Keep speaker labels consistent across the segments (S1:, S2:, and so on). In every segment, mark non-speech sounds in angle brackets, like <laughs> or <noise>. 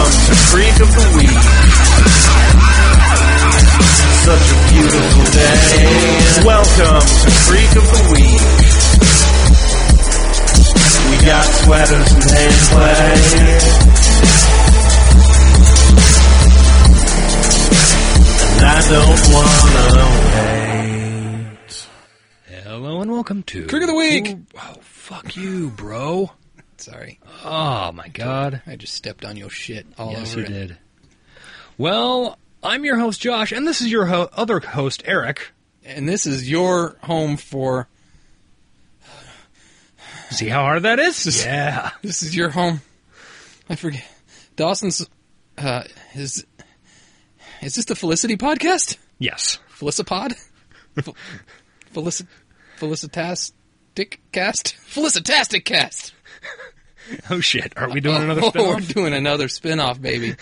S1: freak of the week. Such a beautiful day. Welcome to Freak of the Week. We got sweaters and hand play. And I don't wanna wait.
S2: Hello and welcome to
S3: Trick of the Week!
S2: Ooh, Oh, fuck you, bro!
S3: <laughs> Sorry.
S2: Oh my god!
S3: I just stepped on your shit all
S2: yes,
S3: over
S2: you
S3: it.
S2: did. Well, I'm your host Josh, and this is your ho- other host Eric.
S3: And this is your home for
S2: See how hard that is? Yeah.
S3: this is your home. I forget. Dawson's uh is is this the Felicity podcast?
S2: <laughs> Yes.
S3: Felicipod? Fel- <laughs> Felici- Felicitastic cast? Felicitastic cast.
S2: Oh shit! Are we doing another
S3: oh, <laughs> we're
S2: spinoff?
S3: doing another spin-off, <laughs> baby.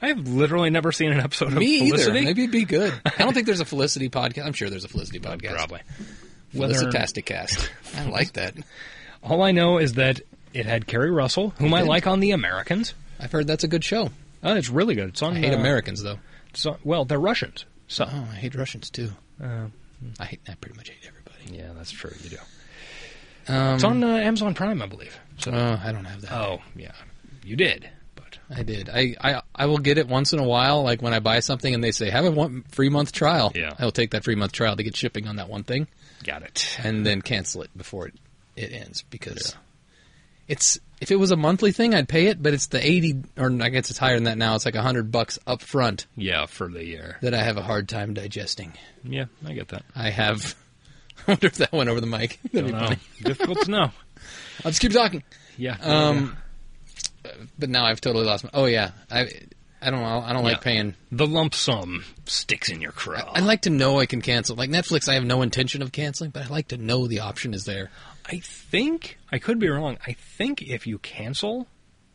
S2: I've literally never seen an episode
S3: Me
S2: of
S3: either.
S2: Felicity.
S3: Maybe it'd be <laughs> good. I don't think there's a Felicity podcast. I'm sure there's a Felicity podcast.
S2: Probably. Whether-
S3: Felicitastic cast. I like that.
S2: All I know is that it had Carrie Russell, whom I
S3: did.
S2: like on The Americans.
S3: I've heard that's a good show.
S2: Oh, it's really good. It's on.
S3: I hate
S2: uh,
S3: Americans though.
S2: it's on- well, they're Russians, so
S3: Oh, I hate Russians too. I hate. I pretty much hate everybody.
S2: yeah, that's true. You do.
S3: Um,
S2: It's on uh, Amazon Prime, I believe. So.
S3: uh, I don't have that.
S2: Oh, yeah. You did. But
S3: I did. I, I I will get it once in a while, like when I buy something and they say have a one free month trial.
S2: Yeah.
S3: I will take that free month trial to get shipping on that one thing,
S2: got it.
S3: and then cancel it before it, it ends because it's if it was a monthly thing I'd pay it, but it's the eighty or I guess it's higher than that now. It's like hundred bucks up front
S2: Yeah, for the year.
S3: that I have a hard time digesting.
S2: Yeah, I get that.
S3: I have. <laughs> I wonder if that went over the mic. <laughs> That'd be
S2: Don't know.
S3: funny.
S2: Difficult to
S3: <laughs>
S2: know.
S3: I'll just keep talking.
S2: Yeah.
S3: Um, but now I've totally lost. My, oh yeah, I I don't know. I don't like
S2: Yeah.
S3: paying.
S2: the lump sum sticks in your craw.
S3: I like to know I can cancel. Like Netflix, I have no intention of canceling, but I like to know the option is there.
S2: I think, I could be wrong, I think if you cancel,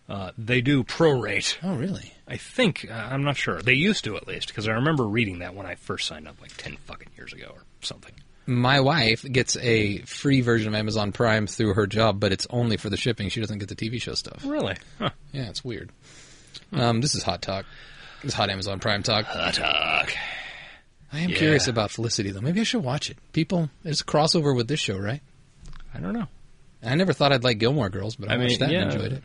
S2: uh, they do prorate.
S3: Oh really?
S2: I think, uh, I'm not sure. They used to at least, because I remember reading that when I first signed up like 10 fucking years ago or something.
S3: My wife gets a free version of Amazon Prime through her job, but it's only for the shipping. She doesn't get the TV show stuff.
S2: Really? Huh.
S3: Yeah, it's weird. Um, this is hot talk. This is hot Amazon Prime talk.
S2: Hot dog.
S3: I am
S2: yeah.
S3: curious about Felicity though. Maybe I should watch it. People, it's a crossover with this show, right?
S2: I don't know.
S3: I never thought I'd like Gilmore Girls, but I,
S2: I mean,
S3: watched that
S2: yeah.
S3: and enjoyed it.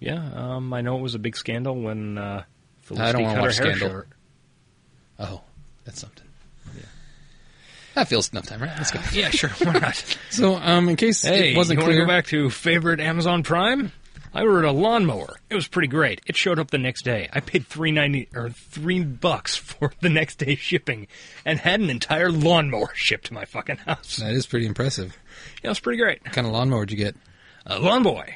S2: Yeah, um, I know it was a big scandal when uh, Felicity
S3: I don't
S2: cut
S3: want to
S2: her
S3: watch
S2: hair
S3: Scandal.
S2: short.
S3: Oh, that's something. That feels enough time, right? Let's go.
S2: Yeah, sure. Why <laughs> not?
S3: So, um, in case
S2: hey,
S3: it wasn't
S2: you want to
S3: clear,
S2: go back to favorite Amazon Prime? I ordered a lawnmower. It was pretty great. It showed up the next day. I paid three ninety or three bucks <laughs> for the next day shipping, and had an entire lawnmower <laughs> shipped to my fucking house. Yeah,
S3: that is pretty impressive.
S2: it was pretty great.
S3: What kind of lawnmower did you get?
S2: A lawn boy,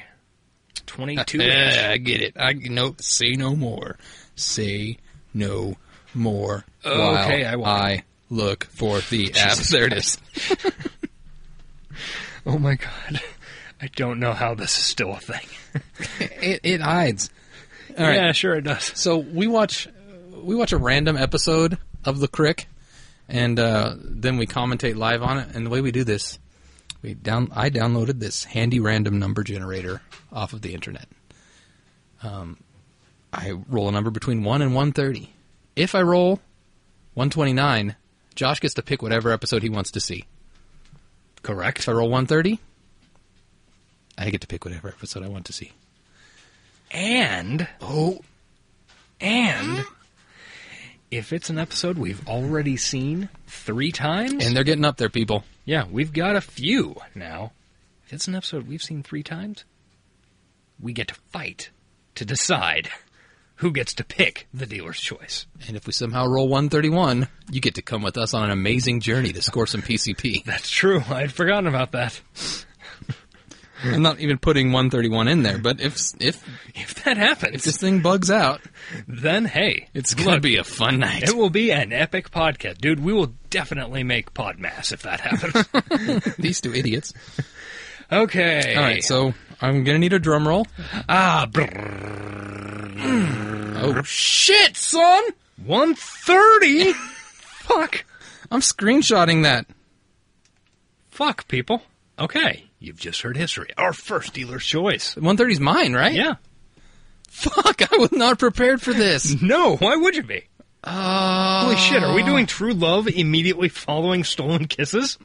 S2: twenty two.
S3: <laughs> Yeah, I get it. I no, say no more. Say no more.
S2: Okay, I
S3: while
S2: won't.
S3: I look for <laughs> the app. There it is.
S2: Oh my god, I don't know how this is still a thing.
S3: It, it hides. All right.
S2: Yeah, sure it does.
S3: So we watch we watch a random episode of The Crick, and uh, then we commentate live on it. And the way we do this, we down I downloaded this handy random number generator off of the internet. Um, I roll a number between one and one thirty. If I roll one twenty nine, Josh gets to pick whatever episode he wants to see.
S2: Correct.
S3: If I roll one thirty, I get to pick whatever episode I want to see.
S2: And oh, and if it's an episode we've already seen three times,
S3: And they're getting up there, people.
S2: yeah, we've got a few now. If it's an episode we've seen three times, we get to fight to decide who gets to pick the dealer's choice.
S3: And if we somehow roll 131, you get to come with us on an amazing journey to score some PCP.
S2: That's true. I'd forgotten about that.
S3: I'm not even putting 131 in there, but if if
S2: If that happens,
S3: this thing bugs out,
S2: then hey,
S3: it's gonna be a fun night.
S2: it will be an epic podcast, dude. We will definitely make Podmass if that <laughs> happens.
S3: These two idiots.
S2: okay.
S3: All right, so I'm gonna need a drum roll.
S2: ah. brrr.
S3: Oh shit, son!
S2: 130? Fuck.
S3: I'm screenshotting that.
S2: Fuck, people. Okay. You've just heard history. Our first dealer's choice.
S3: 130's mine, right?
S2: Yeah.
S3: Fuck, I was not prepared for <laughs> this.
S2: No, why would you be?
S3: Uh,
S2: Holy shit, are we doing True Love immediately following Stolen Kisses?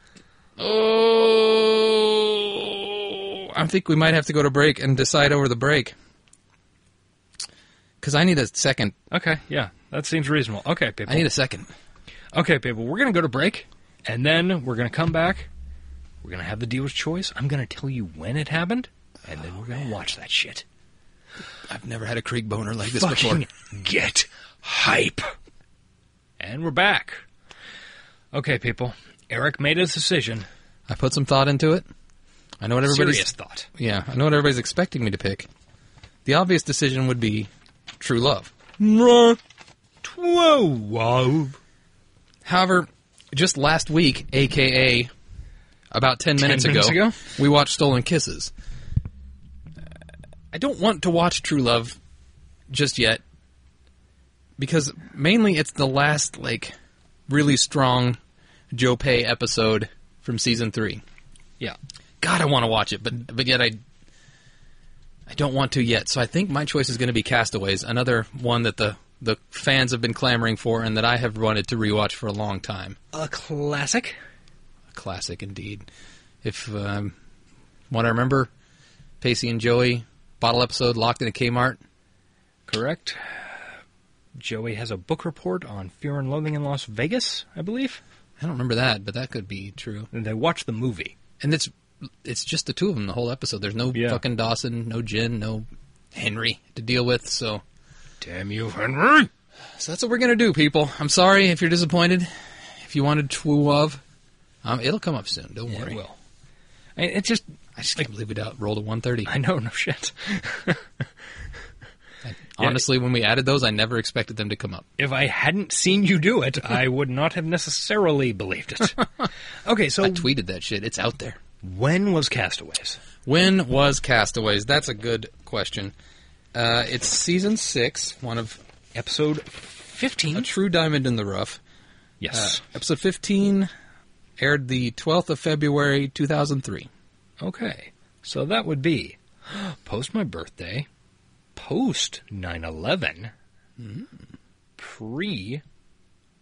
S3: Oh, I think we might have to go to break and decide over the break. Because I need a second.
S2: Okay, yeah, that seems reasonable. Okay, people.
S3: I need a second.
S2: Okay, people, we're going to go to break, and then we're going to come back. We're going to have the dealer's choice. I'm going to tell you when it happened, and then we're going to watch that shit.
S3: I've never had a Krieg boner like this before.
S2: Fucking get hype. And we're back. Okay, people. Eric made his decision.
S3: I put some thought into it. I know what everybody's.
S2: Serious thought.
S3: Yeah, I know what everybody's expecting me to pick. The obvious decision would be True Love. Mwah.
S2: Whoa, whoa.
S3: However, just last week, aka about 10, minutes,
S2: minutes
S3: ago,
S2: ago?
S3: we watched Stolen Kisses. I don't want to watch True Love just yet because mainly it's the last like really strong Joe Pay episode from season 3.
S2: Yeah.
S3: God, I want to watch it, but but yet I I don't want to yet. So I think my choice is going to be Castaways, another one that the the fans have been clamoring for and that I have wanted to rewatch for a long time.
S2: A classic.
S3: A classic indeed. If um, what I remember, Pacey and Joey bottle episode locked in a Kmart.
S2: Correct. Joey has a book report on Fear and Loathing in Las Vegas, I believe.
S3: I don't remember that, but that could be true.
S2: And they watch the movie.
S3: And it's it's just the two of them the whole episode. There's no
S2: Yeah.
S3: fucking Dawson, no Jen, no Henry to deal with. So
S2: Damn you, Henry!
S3: So that's what we're gonna do, people. I'm sorry if you're disappointed. If you wanted True Love, um, it'll come up soon. Don't
S2: Yeah,
S3: worry.
S2: it will. I mean, it's just,
S3: I just can't believe we out rolled a 130.
S2: I know, no shit. <laughs>
S3: Honestly, when we added those, I never expected them to come up.
S2: if I hadn't seen you do it, I would not have necessarily believed it. <laughs> Okay, so
S3: I tweeted that shit. It's out there.
S2: when was Castaways?
S3: When was Castaways? That's a good question. Uh, it's season six, one of
S2: Episode
S3: A
S2: 15?
S3: True Diamond in the Rough. Uh,
S2: Yes.
S3: episode 15 aired the 12th of February, 2003.
S2: okay, so that would be <gasps> post my birthday, post 9 11, pre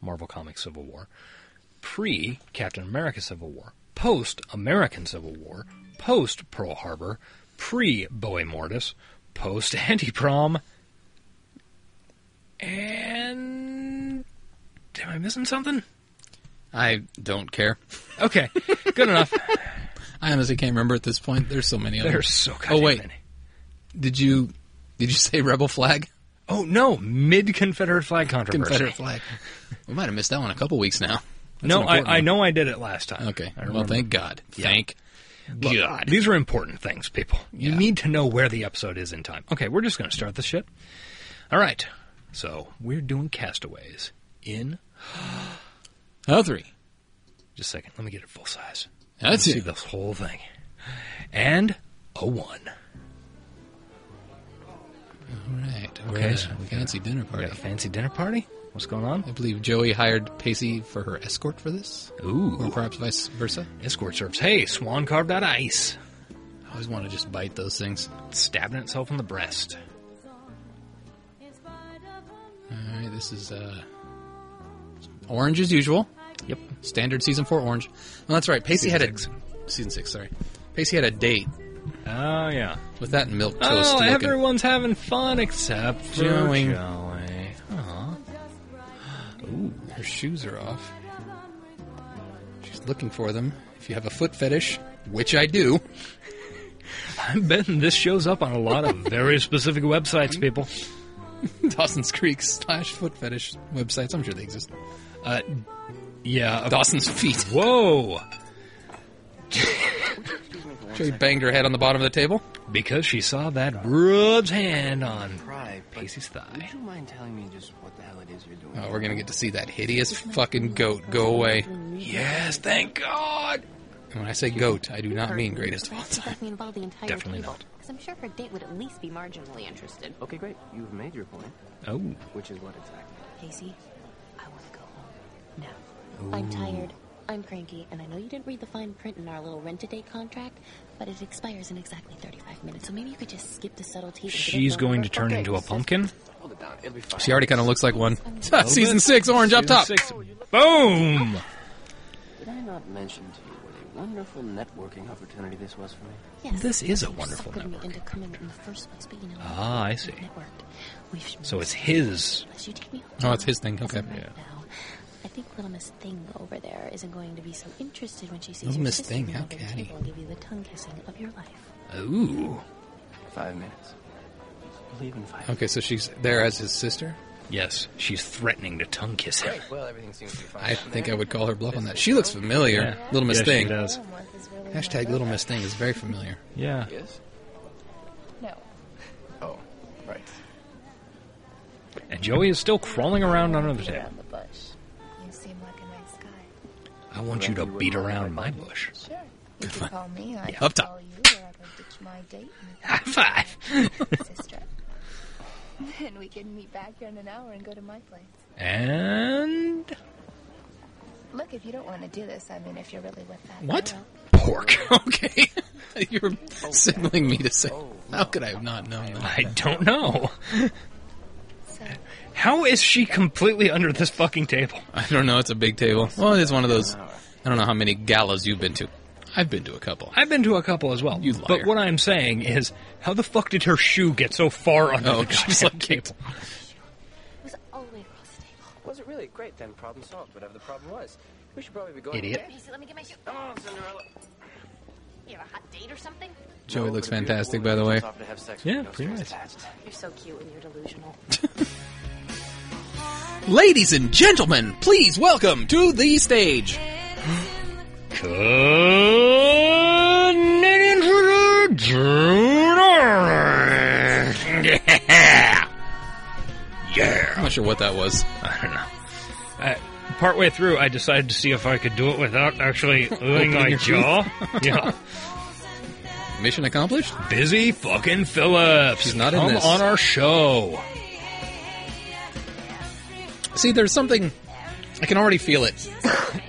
S2: Marvel Comics Civil War, pre Captain America Civil War, post American Civil War, post Pearl Harbor, pre Bowie Mortis, post <laughs> Anti Prom, and. Am I missing something?
S3: I don't care.
S2: Okay, good enough.
S3: <laughs> I honestly can't remember at this point. There's so many.
S2: There's
S3: others.
S2: so
S3: Oh
S2: goddamn
S3: wait,
S2: many.
S3: did you did you say rebel flag? <laughs>
S2: Oh no, mid Confederate flag controversy.
S3: Confederate flag. We might have missed that one a couple weeks now. That's
S2: No,
S3: an important
S2: I, I
S3: one.
S2: know I did it last time.
S3: Okay.
S2: I
S3: Well,
S2: remember.
S3: thank God. Thank
S2: Look,
S3: God.
S2: These are important things, people. You
S3: Yeah.
S2: need to know where the episode is in time. Okay, we're just going to start this shit. All right. So we're doing castaways in
S3: Oh, three.
S2: just a second. Let me get it full size.
S3: That's
S2: See
S3: it.
S2: this whole thing, and a one.
S3: All right.
S2: Okay,
S3: Okay.
S2: so we got-
S3: fancy dinner
S2: We
S3: party.
S2: got a fancy dinner party. What's going on?
S3: I believe Joey hired Pacey for her escort for this, or
S2: Ooh,
S3: perhaps vice versa.
S2: escort serves. Hey, swan carved out ice,
S3: I always want to just bite those things.
S2: stabbing itself in the breast.
S3: All right. This is uh, orange as usual.
S2: Yep.
S3: Standard season four orange. No, that's right. Pacey
S2: Season
S3: had a season six. Sorry. Pacey had a date
S2: Oh yeah.
S3: with that milk toast.
S2: Oh,
S3: looking-
S2: everyone's having fun except for
S3: Joey.
S2: Joey. Aw.
S3: Ooh, her shoes are off. She's looking for them. If you have a foot fetish, which I do, <laughs>
S2: I'm betting this shows up on a lot of very specific websites, people.
S3: Dawson's Creek slash foot fetish websites, I'm sure they exist.
S2: Uh, yeah. uh,
S3: Dawson's
S2: <laughs>
S3: feet.
S2: Whoa!
S3: Joey banged her head on the bottom of the table.
S2: Because she saw that Brub's hand on
S4: Pride, but
S2: Pacey's
S4: would
S2: thigh.
S4: you mind telling me just what the hell it is you're doing?
S3: Oh, we're gonna get to see that hideous fucking goat go away.
S2: Yes, thank God!
S3: And when I say goat, I do not mean greatest of all time.
S5: Let me involve the entire
S2: Definitely
S5: table.
S2: not.
S5: Because I'm sure her date would at least be marginally interested. Oh,
S4: Okay, great. You've made your point,
S2: Oh,
S4: which is what exactly?
S5: Casey, I want to go home. Now. I'm tired. I'm cranky, and I know you didn't read the fine print in our little rent-a-day contract, but it expires in exactly 35 minutes, so maybe you could just skip the subtlety. and get it
S2: She's
S5: done
S2: going to
S5: right.
S2: turn
S5: Okay,
S2: into a
S5: so-
S2: pumpkin.
S4: Hold it down. It'll be fine.
S3: She already kind of looks like one. <laughs> Season six, orange up top.
S2: Six. Boom!
S4: Did I not mention to you what a wonderful networking opportunity this was for me?
S5: Yes.
S2: This is a
S5: You
S2: wonderful
S5: suckered me
S2: network.
S5: into coming in the first place, but you know,
S2: Ah, I see.
S5: networked. We should
S2: So it's his.
S5: Unless you take me
S3: Oh,
S5: home.
S3: it's his thing. Okay.
S5: As of right
S2: Yeah.
S5: now, I think little Miss Thing over there isn't going to be so interested when she sees
S3: Little
S5: your
S3: Miss
S5: sister
S3: Thing,
S5: come
S3: how
S5: over to the
S3: catty.
S5: table and give you the tongue kissing of your life.
S2: Ooh.
S4: Five minutes. Believe in five.
S3: Okay, so she's there as his sister.
S2: Yes, she's threatening to tongue kiss him.
S4: Great. Well, everything seems to be fine.
S3: I think I would call her bluff on that. She looks familiar.
S2: Yeah.
S3: Little Miss
S2: Yeah, she
S3: Thing.
S2: does.
S3: Hashtag Little Miss Thing is very familiar.
S2: Yeah.
S4: Yes.
S6: No.
S4: Oh, right.
S2: And Joey is still crawling around under the table.
S6: Around the bush. You seem like a nice guy.
S2: I want you to beat around my bush.
S6: Sure. You can call me. I
S3: Yeah,
S6: can
S3: up top.
S6: call you, or I can ditch my date
S2: High five!
S6: and my
S5: <laughs>
S6: sister. and we can meet back here in an hour and go to my place.
S2: And.
S6: Look, if you don't want to do this, I mean, if you're really with that.
S3: What?
S6: girl-
S2: <laughs>
S3: Pork. Okay. <laughs> You're signaling me to say. How could I have not known that?
S2: I don't know.
S6: So,
S2: How is she completely under this fucking table?
S3: I don't know. It's a big table. Well, it is one of those. I don't know how many galas you've been to. I've been to a couple.
S2: <laughs> I've been to a couple as well.
S3: You liar.
S2: But what I'm saying is, how the fuck did her shoe get so far under
S3: Oh, <laughs>
S2: the
S3: she's
S2: goddamn
S3: like
S2: table?
S5: It was all the way across the table.
S4: Wasn't really great then. Problem solved. Whatever the problem was, we should probably be going.
S2: Idiot.
S4: today.
S5: Lisa, let me get my shoe. Oh,
S4: Come on, Cinderella.
S5: You have a hot date or something?
S3: Joey
S4: No,
S3: looks
S4: but a beautiful
S3: fantastic,
S4: woman
S3: by the way.
S4: comes off to have sex
S2: Yeah,
S4: with no
S2: pretty
S4: strings
S2: nice.
S4: attached.
S5: You're so cute and you're delusional.
S3: Ladies and gentlemen, please welcome to the stage.
S2: Canadian Shooter June Orange. Yeah. Yeah.
S3: I'm not sure what that was.
S2: I don't know. I, partway through, I decided to see if I could do it without
S3: <laughs>
S2: actually opening my
S3: your
S2: jaw. <laughs> yeah.
S3: Mission accomplished.
S2: Busy fucking Phillips.
S3: She's not in
S2: Come
S3: this.
S2: on our show.
S3: See, there's something I can already feel it.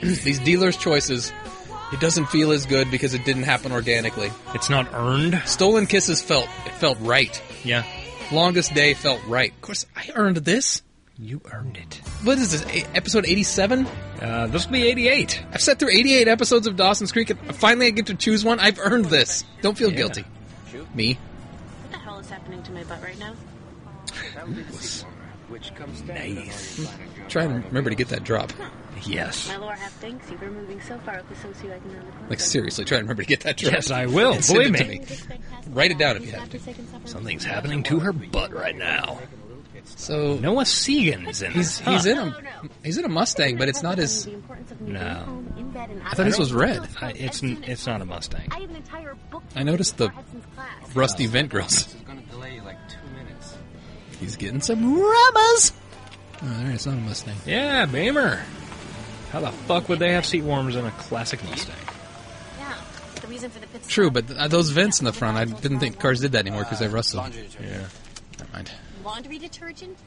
S3: These dealers' choices. It doesn't feel as good because it didn't happen organically.
S2: It's not earned.
S3: Stolen kisses felt it felt right.
S2: Yeah.
S3: Longest day felt right. Of course, I earned this.
S2: You earned it.
S3: What is this? e- Episode 87?
S2: Uh, this will be 88.
S3: I've sat through 88 episodes of Dawson's Creek and finally I get to choose one. I've earned this. Don't feel
S2: Yeah.
S3: guilty. Me.
S5: What the hell is happening to my butt right now?
S4: That would be the sequel, which comes down on all your
S2: Nice.
S4: planet junk.
S3: Trying to remember to get that drop.
S2: Yes.
S5: My lower half thinks you were moving so far up the socioeconomic ladder.
S3: Like, seriously, try to remember to get that drop.
S2: Yes, I will.
S3: And send
S2: Believe
S3: it to
S2: me.
S3: me. Write it down if you have to.
S2: Something's happening to her butt right now.
S3: So,
S2: Noah Segan is in this.
S3: he's, he's,
S2: huh?
S3: in a, he's in a Mustang, but it's not as.
S2: No.
S5: I
S3: thought this was red.
S2: I- it's n- it's not a Mustang.
S5: I had an entire book.
S3: I noticed the-
S5: for Hudson's class.
S3: Rusty vent grills.
S4: This is going to delay you like two minutes.
S3: He's getting some rubbers. Oh, there, it's not a Mustang.
S2: Yeah, Beamer. How the fuck would they have seat warmers in a classic Mustang?
S5: Yeah, the reason for the pit
S3: True,
S5: stop.
S3: but th- those vents in the front, I didn't think cars did that anymore because they rusted.
S4: Laundry detergent.
S3: Never mind.
S5: laundry detergent.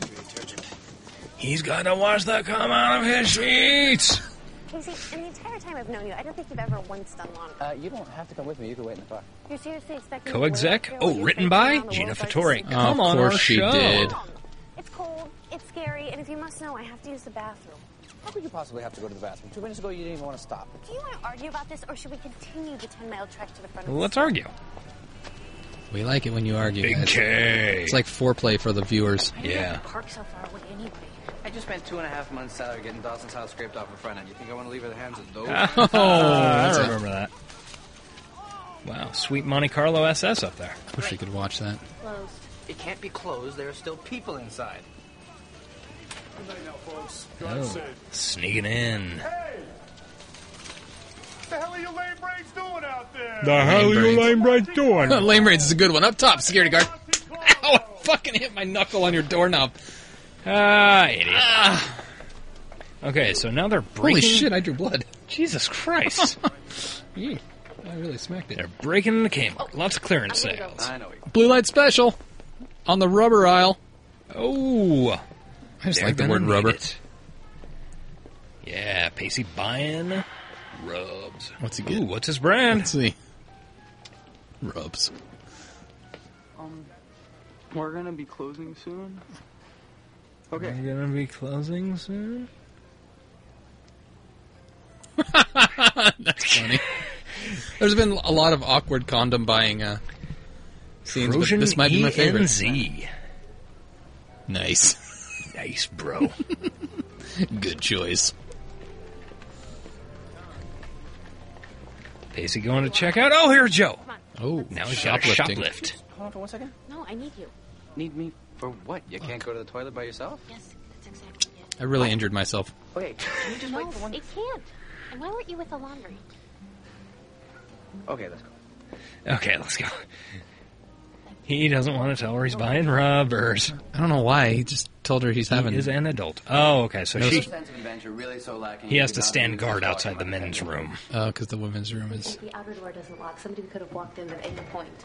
S4: Laundry detergent.
S2: He's got to watch that come out of his sheets.
S7: You see, in the entire time I've known you, I don't think you've ever once done laundry.
S4: Uh, you don't have to come with me. You can wait in the car.
S7: You're seriously expecting me to wear out
S2: Co-exec.
S7: here while
S2: Oh,
S7: you're
S2: written
S7: facing
S2: by
S7: around the
S2: Gina
S7: world's
S2: Fattore.
S7: largest
S3: Oh,
S2: Come on
S3: of course
S2: our
S3: she
S2: show.
S3: did.
S7: secret. It's cold, it's scary, and if you must know, I have to use the bathroom.
S4: How could you possibly have to go to the bathroom? Two minutes ago, you didn't even want to stop.
S7: Do you want to argue about this, or should we continue the 10 mile trek to the front of
S2: Well,
S7: the
S2: let's argue.
S3: We like it when you argue,
S2: Big
S3: guys.
S2: K.
S3: It's like foreplay for the viewers.
S7: store? Why do you have
S2: yeah.
S7: to Park so far away anyway.
S4: I just spent two and a half months' salary getting Dawson's house scraped off her front end. You think I want to leave her the hands of those?
S3: <laughs>
S2: Oh, I remember that. Wow, sweet Monte Carlo SS up there.
S3: Wish we could watch that.
S5: Closed.
S4: It can't be closed. There are still people inside.
S2: Oh, sneaking in.
S8: the hell are you lame brains doing out there?
S2: hell
S3: you Brains. lame
S2: right doing?
S3: <laughs> Lame Raids is a good one. Up top, security guard. Ow, I fucking hit my knuckle on your doorknob.
S2: Ah, idiot. Okay, so now they're breaking.
S3: Holy shit, I drew blood.
S2: Jesus
S3: <laughs>
S2: Christ.
S3: Yee. I really smacked it.
S2: they're breaking the Kmart. Lots of clearance
S5: I'm gonna go.
S2: sales.
S4: I know. you-
S3: Blue light special on the rubber aisle.
S2: Oh,
S3: I just
S2: they're
S3: like the
S2: gonna
S3: word
S2: need
S3: rubber.
S2: it. Yeah, Pacey buying rubs.
S3: What's he get?
S2: Ooh, what's his brand?
S3: Let's see. Rubs.
S9: Um, we're gonna be closing soon. Okay.
S2: I'm gonna be closing
S3: <laughs>
S2: soon.
S3: Funny. There's been a lot of awkward condom buying uh, scenes, but
S2: Trojan E
S3: this might be my favorite.
S2: ENZ.
S3: Nice. <laughs>
S2: Nice, bro.
S3: Good choice.
S2: Pacey going to check out. Oh, here's Joe.
S3: Oh,
S2: Now he's got a
S3: shoplifting.
S2: shoplift.
S9: Hold on for one second.
S5: No, I need you.
S4: Need me for what? You can't go to the toilet by yourself?
S5: Yes, that's exactly it.
S3: I really injured myself.
S4: Okay, can you just
S5: No,
S4: wait for one?
S5: it can't. And why weren't you with the laundry?
S4: Okay, let's go.
S2: Okay, let's go. He doesn't want to tell her he's buying rubbers.
S3: I don't know why. He just told her he's having.
S2: He is an adult. Oh, okay. So
S3: No,
S2: she,
S3: it's-
S4: sense of adventure really so lacking.
S2: he
S4: you
S2: has
S4: could
S2: to
S4: not
S2: stand
S4: even
S2: guard
S4: talk
S2: outside
S4: about
S2: the
S4: it.
S2: men's room.
S3: because Oh, the women's room is.
S5: The outer door doesn't lock. Somebody could have walked in at any point.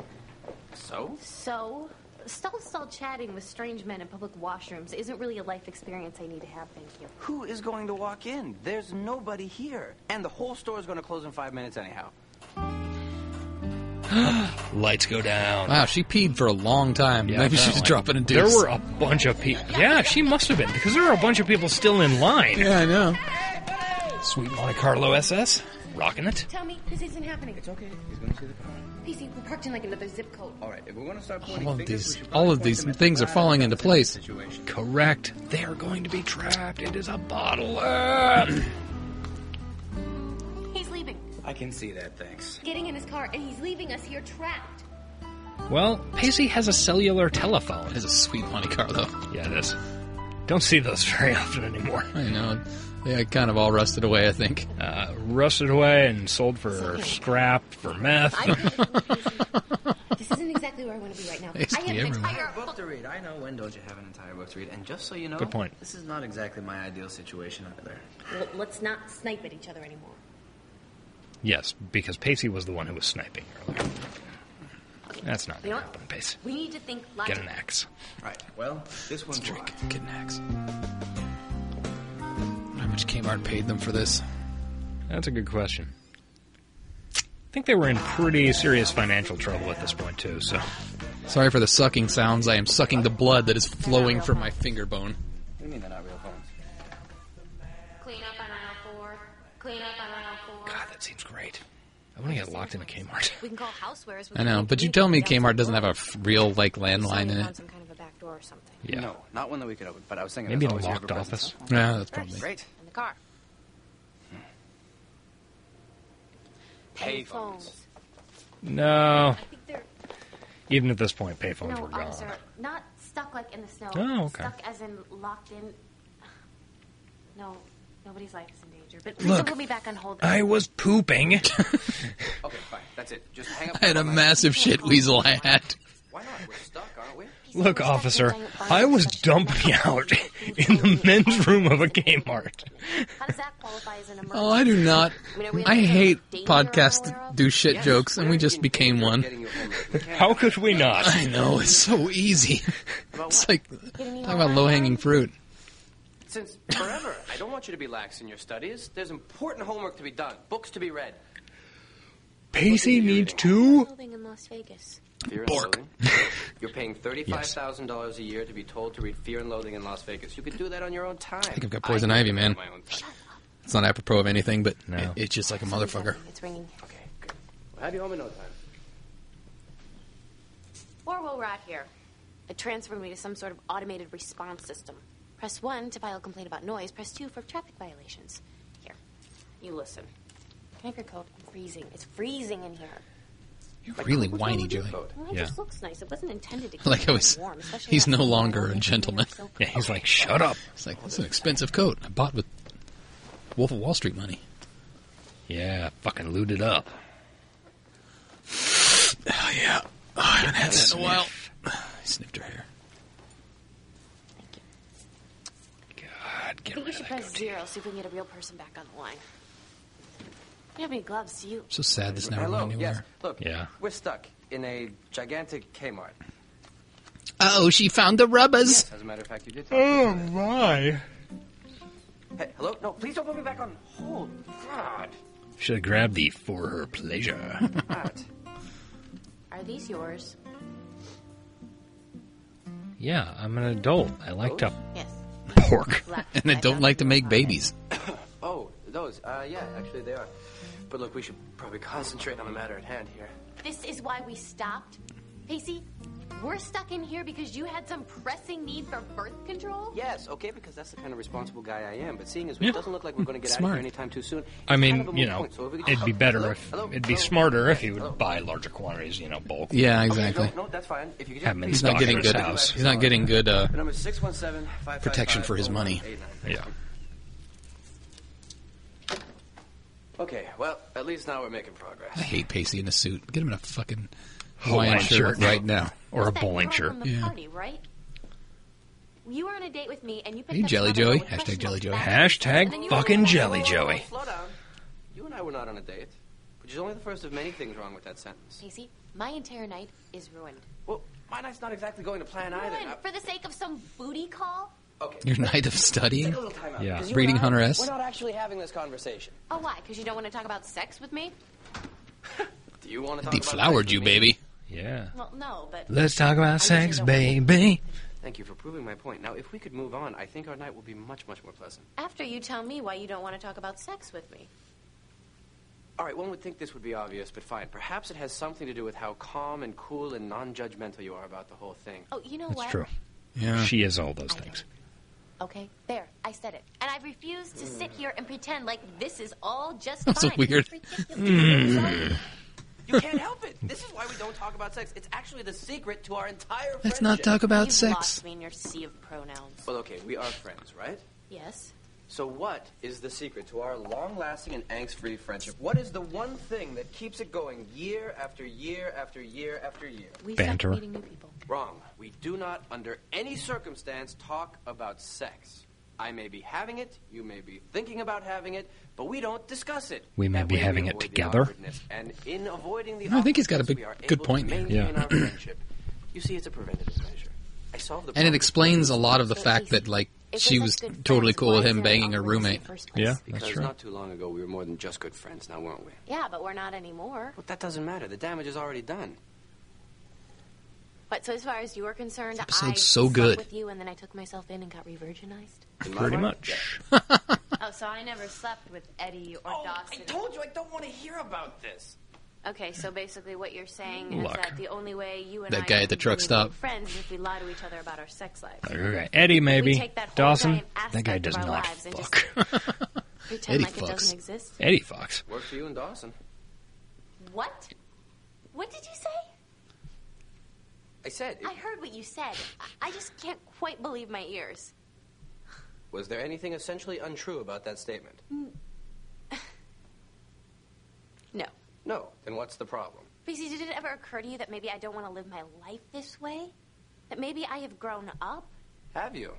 S4: So?
S5: So, stall stall chatting with strange men in public washrooms isn't really a life experience I need to have, thank you.
S4: Who is going to walk in? There's nobody here. And the whole store is going to close in five minutes anyhow.
S2: Lights go down.
S3: Wow, she peed for a long time.
S2: Yeah,
S3: Maybe she's
S2: apparently.
S3: dropping a
S2: There
S3: deuce.
S2: were a bunch of people. Yeah, she must have been because there were a bunch of people still in line.
S3: yeah, I know.
S2: Sweet Monte Carlo SS, rocking it.
S5: Tell me, this isn't happening.
S4: It's okay. He's going to see the car.
S5: PC, we're parked in like another zip code.
S4: All right, if we want to start pointing
S3: All of
S4: fingers,
S3: these,
S4: we should probably
S3: all of
S4: point
S3: these
S4: them at the
S3: things are
S4: bad
S3: falling into place.
S4: Situation.
S2: Correct. They are going to be trapped. It is a bottle. Um, up.
S5: He's leaving.
S4: I can see that, thanks.
S5: Getting in his car, and he's leaving us here trapped.
S2: <clears throat> Well, Pacey has a cellular telephone.
S3: That's a sweet Monte Carlo.
S2: Yeah, it is. Don't see those <laughs> very often anymore.
S3: I know. Yeah, kind of all rusted away. I think.
S2: Uh, rusted away and sold for scrap for meth.
S5: This isn't exactly where I want to be
S3: <laughs>
S5: right now.
S3: It's
S5: I have
S3: the
S5: an
S3: everyone.
S5: entire
S4: Book to read. I know when don't you have an entire book to read? And just so you know,
S2: Good point.
S4: This is not exactly my ideal situation either.
S5: Well, let's not snipe at each other anymore.
S2: yes, because Pacey was the one who was sniping earlier.
S5: Okay.
S2: That's not
S5: You know
S2: gonna
S5: what?
S2: happen, Pacey.
S5: We need to think
S2: Get
S5: logically.
S2: an axe.
S4: Right. Well, this one's
S3: Drink.
S4: locked.
S3: Get an axe. How much Kmart paid them for this?
S2: That's a good question. I think they were in pretty serious financial trouble at this point too. So
S3: Sorry for the sucking sounds. I am sucking the blood that is flowing from my finger bone.
S4: What do you mean they're not real phones?
S5: Clean up on aisle four. Clean up on aisle four.
S2: God, that seems great. I want to get locked in a
S5: <laughs>
S2: Kmart.
S5: We can call housewares.
S3: I know, but you tell me Kmart doesn't have a f- real like landline in it.
S5: Some kind of a back door or something.
S2: Yeah,
S4: No, not one that we could open. But I was thinking
S2: maybe in
S4: that's
S2: a
S4: always your
S2: locked
S4: ever-present
S2: office.
S4: cell
S3: Yeah, that's
S4: phone.
S3: probably.
S4: Great.
S5: In the car. Oh,
S4: Pay
S5: phones.
S2: No,
S5: I think they're
S2: even at this point, payphones
S5: no
S2: were gone.
S5: officer, not stuck like in the snow.
S2: Oh, okay.
S5: Stuck as in locked in. No, nobody's life is in danger. But please
S2: Look,
S5: don't put me back on hold.
S2: I was pooping.
S4: Okay, fine. That's it. Just hang up.
S3: <laughs> I had a
S4: the phone.
S3: massive shit weasel I had.
S4: Why not? We're stuck, aren't we?
S5: He's
S2: Look,
S5: stuck in a
S2: officer,
S5: giant barn
S2: I was
S5: construction.
S2: dumping out <laughs> in the men's room of a Kmart.
S5: How does that qualify as an emergency?
S3: Oh, I do not.
S5: mean, are we in
S3: I
S5: some kind of
S3: hate
S5: danger I'm
S3: podcasts
S5: aware
S3: that
S5: of?
S3: do shit
S4: Yes,
S3: jokes, and
S4: we're
S3: we just
S4: in
S3: became
S4: danger of
S3: one.
S4: getting your homework.
S2: <laughs>
S4: We can't
S2: How
S4: have
S2: could we not?
S3: I know it's so easy. <laughs>
S4: About
S3: It's
S4: what?
S3: like talk about low hanging fruit.
S4: it Since forever, I don't want you to be lax in your studies. There's important homework to be done, books to be read.
S2: Pacey needs two?
S5: Building in Las Vegas.
S4: Fear and
S3: Bork. <laughs>
S4: loathing. You're paying thirty-five thousand dollars a year to be told to read Fear and Loathing in Las Vegas. You could do that on your own time. I
S3: think I've got poison ivy, man.
S4: My own time.
S3: It's not apropos of anything, but
S2: No.
S3: it, it's just like a motherfucker.
S5: It's ringing.
S4: Okay, good. We'll have you home in no time.
S5: Or will rot here. It transferred me to some sort of automated response system. Press 1 to file a complaint about noise, press 2 for traffic violations. Here, you listen. Can I have your coat? I'm freezing. It's freezing in here.
S3: You're really
S5: What's wrong
S3: whiny,
S5: with your
S3: Joey.
S5: coat? Well, it
S2: Yeah.
S5: just looks nice. It wasn't intended to
S3: <laughs>
S5: keep
S3: Like I
S5: me
S3: was-
S5: warm,
S3: <laughs>
S5: especially
S3: he's
S5: not
S3: no
S5: when
S3: longer
S5: I'm
S3: a
S5: in
S3: gentleman.
S5: so
S2: Yeah, he's like, shut up.
S3: It's like that's an expensive coat I bought with Wolf of Wall Street money.
S2: Yeah, fucking looted up.
S3: Oh yeah, I haven't had that in a while. <sighs> I sniffed her hair.
S2: God,
S5: I
S2: get
S5: think we
S2: rid
S5: should
S2: of that
S5: press
S2: goatee.
S5: zero, see if we can get a real person back on the line. You have any gloves, do you?
S3: So sad this never
S4: Hello.
S3: went anywhere.
S4: Yes. Look.
S2: Yeah.
S4: We're stuck in a
S3: <laughs>
S4: gigantic Kmart.
S3: Oh, she found the rubbers.
S4: As a matter of fact, you did. Talk to me about
S2: my.
S4: Hey, hello? No, please don't put me back on hold.
S3: <laughs>
S4: God.
S2: Should have grabbed thee for her pleasure.
S4: God.
S5: Are these yours?
S2: <laughs> yeah, I'm an adult. I like to
S5: Yes.
S2: pork.
S5: Left.
S3: <laughs> And I don't
S5: found
S3: like to
S5: them in your
S3: make
S5: pocket.
S3: babies.
S4: Oh, those. Uh, yeah, actually they are. But look, we should probably concentrate on the matter at hand here.
S5: This is why we stopped. Pacey, we're stuck in here because you had some pressing need for birth control?
S4: Yes, okay, because that's the kind of responsible guy I am. But seeing as we
S2: Yeah.
S4: it doesn't look like we're going to get out of
S3: Smart.
S4: here anytime too soon.
S2: I
S4: it's kind of
S2: mean,
S4: a
S2: you
S4: moot
S2: know,
S4: point. So if we could just-
S2: it'd be better
S4: Hello?
S2: if,
S4: Hello?
S2: it'd be
S4: Hello?
S2: smarter if you
S4: Hello?
S2: would buy larger quantities, you know, bulk.
S3: Yeah,
S4: Okay,
S3: exactly.
S4: No, no, that's fine. If you could just
S2: Have him in
S4: please-
S3: He's not
S2: Stock
S3: getting
S2: for his
S3: good.
S2: house.
S3: He's not getting good. Uh,
S4: The number is 617
S3: Protection for his money.
S2: Yeah.
S4: Okay, well, at least now we're making
S3: I
S4: progress.
S3: hate Pacey in a suit. Get him in a fucking
S2: Hawaiian
S3: Hawaiian
S2: shirt.
S3: shirt right now. <laughs>
S2: Or a
S5: That
S2: bowling
S5: girl
S2: shirt.
S5: From the
S3: Yeah.
S5: party, right? You were on a date with me and you picked
S3: you
S5: up
S3: Jelly
S5: another girl
S3: Joey?
S5: with
S3: Hashtag
S5: question
S3: Jelly
S5: marks
S3: Joey.
S5: back.
S2: Hashtag
S5: And then you
S2: fucking
S5: were-
S2: Jelly Joey.
S4: Slow down. You and I were not on a date, which is only the first of many things wrong with that sentence.
S5: Pacey, my entire night is ruined.
S4: Well, my night's not exactly going to plan either.
S5: Ruined
S4: Now-
S5: for the sake of some booty call?
S4: Okay.
S3: Your night of studying?
S4: Take a little time out.
S2: Yeah.
S4: 'cause you
S3: Reading
S4: and I,
S3: Hunter S.
S4: We're not actually having this conversation.
S5: Oh, why? Because you don't want to talk about sex with me?
S4: Do you want to talk about
S3: Deflowered
S4: sex
S3: you,
S4: with me?
S3: baby.
S2: Yeah.
S5: Well, no, but
S2: Let's talk about
S5: usually
S2: sex,
S5: don't-
S2: baby.
S4: Thank you for proving my point. Now, if we could move on, I think our night will be much, much more pleasant.
S5: after you tell me why you don't want to talk about sex with me.
S4: All right, one would think this would be obvious, but fine. Perhaps it has something to do with how calm and cool and non-judgmental you are about the whole thing.
S5: Oh, you know
S2: That's
S5: what?
S2: true.
S3: Yeah.
S2: She is all those things.
S5: Okay, there, I said it. And I refuse to sit here and pretend like this is all just
S3: That's
S5: fine.
S3: weird. Hmm,
S5: It's ridiculous.
S4: You can't help it. This is why we don't talk about sex. It's actually the secret to our entire friendship.
S3: Let's not talk about
S5: You've
S3: sex.
S5: lost me in your sea of pronouns.
S4: Well, okay, we are friends, right?
S5: Yes.
S4: So what is the secret to our long-lasting and angst-free friendship? What is the one thing that keeps it going year after year after year after year?
S5: We
S2: Banter.
S5: stopped meeting new people.
S4: Wrong. We do not, under any circumstance, talk about sex. I may be having it, you may be thinking about having it, but we don't discuss it.
S2: We may
S4: That
S2: be
S4: way
S2: having it
S4: avoid the
S2: together.
S4: awkwardness, And in avoiding the
S3: I think he's got a
S4: awkwardness,
S3: big-
S4: we are
S3: good
S4: able
S3: point
S4: to
S3: there.
S4: maintain
S2: Yeah.
S4: our friendship. You see, it's a preventative measure. I solve
S3: <clears throat>
S4: the
S3: And
S4: problem
S3: it explains a lot of the
S5: So
S3: fact
S5: easy.
S3: that, like,
S5: If
S3: she
S5: we're
S3: was
S5: such good
S3: totally
S5: friends,
S3: cool with
S5: why
S3: him
S5: is there an
S3: banging her
S5: awkwardness in the
S3: roommate.
S5: first place?
S2: Yeah, that's
S4: because
S2: true.
S4: not too long ago we were more than just good friends, now weren't we?
S5: Yeah, but we're not anymore.
S4: But that doesn't matter. The damage is already done.
S5: But so as far as you are concerned, I
S3: episode's so
S5: slept
S3: good.
S5: with you, and then I took myself in and got re-virginized.
S4: In my
S2: Pretty
S4: mind,
S2: much.
S5: oh, so I never slept with Eddie or
S4: Oh, I
S5: Dawson.
S4: told you I don't want to hear about this.
S5: Okay, so basically what you're saying
S2: Look.
S5: is that the only way you and
S3: That
S5: I
S3: guy
S5: can
S3: at the truck
S5: really
S3: stop.
S5: be friends is if we lie to each other about our sex lives.
S2: Okay. Eddie,
S5: We
S2: maybe.
S5: take that whole
S2: Dawson.
S5: giant
S2: That guy
S5: aspect
S2: does
S5: of our
S2: not
S5: lives and
S2: fuck.
S5: Pretend
S3: Eddie
S5: like it
S3: fucks.
S5: doesn't exist.
S2: <laughs> Eddie fucks.
S4: Worked for you and Dawson.
S5: What? What did you say?
S4: I said,
S5: I heard what you said. I- I just can't quite believe my ears.
S4: was there anything essentially untrue about that statement?
S5: No.
S4: No. Then what's the <laughs> problem?
S5: Pacey, did it ever occur to you that maybe I don't want to live my life this way? That maybe I have grown up?
S4: Have you?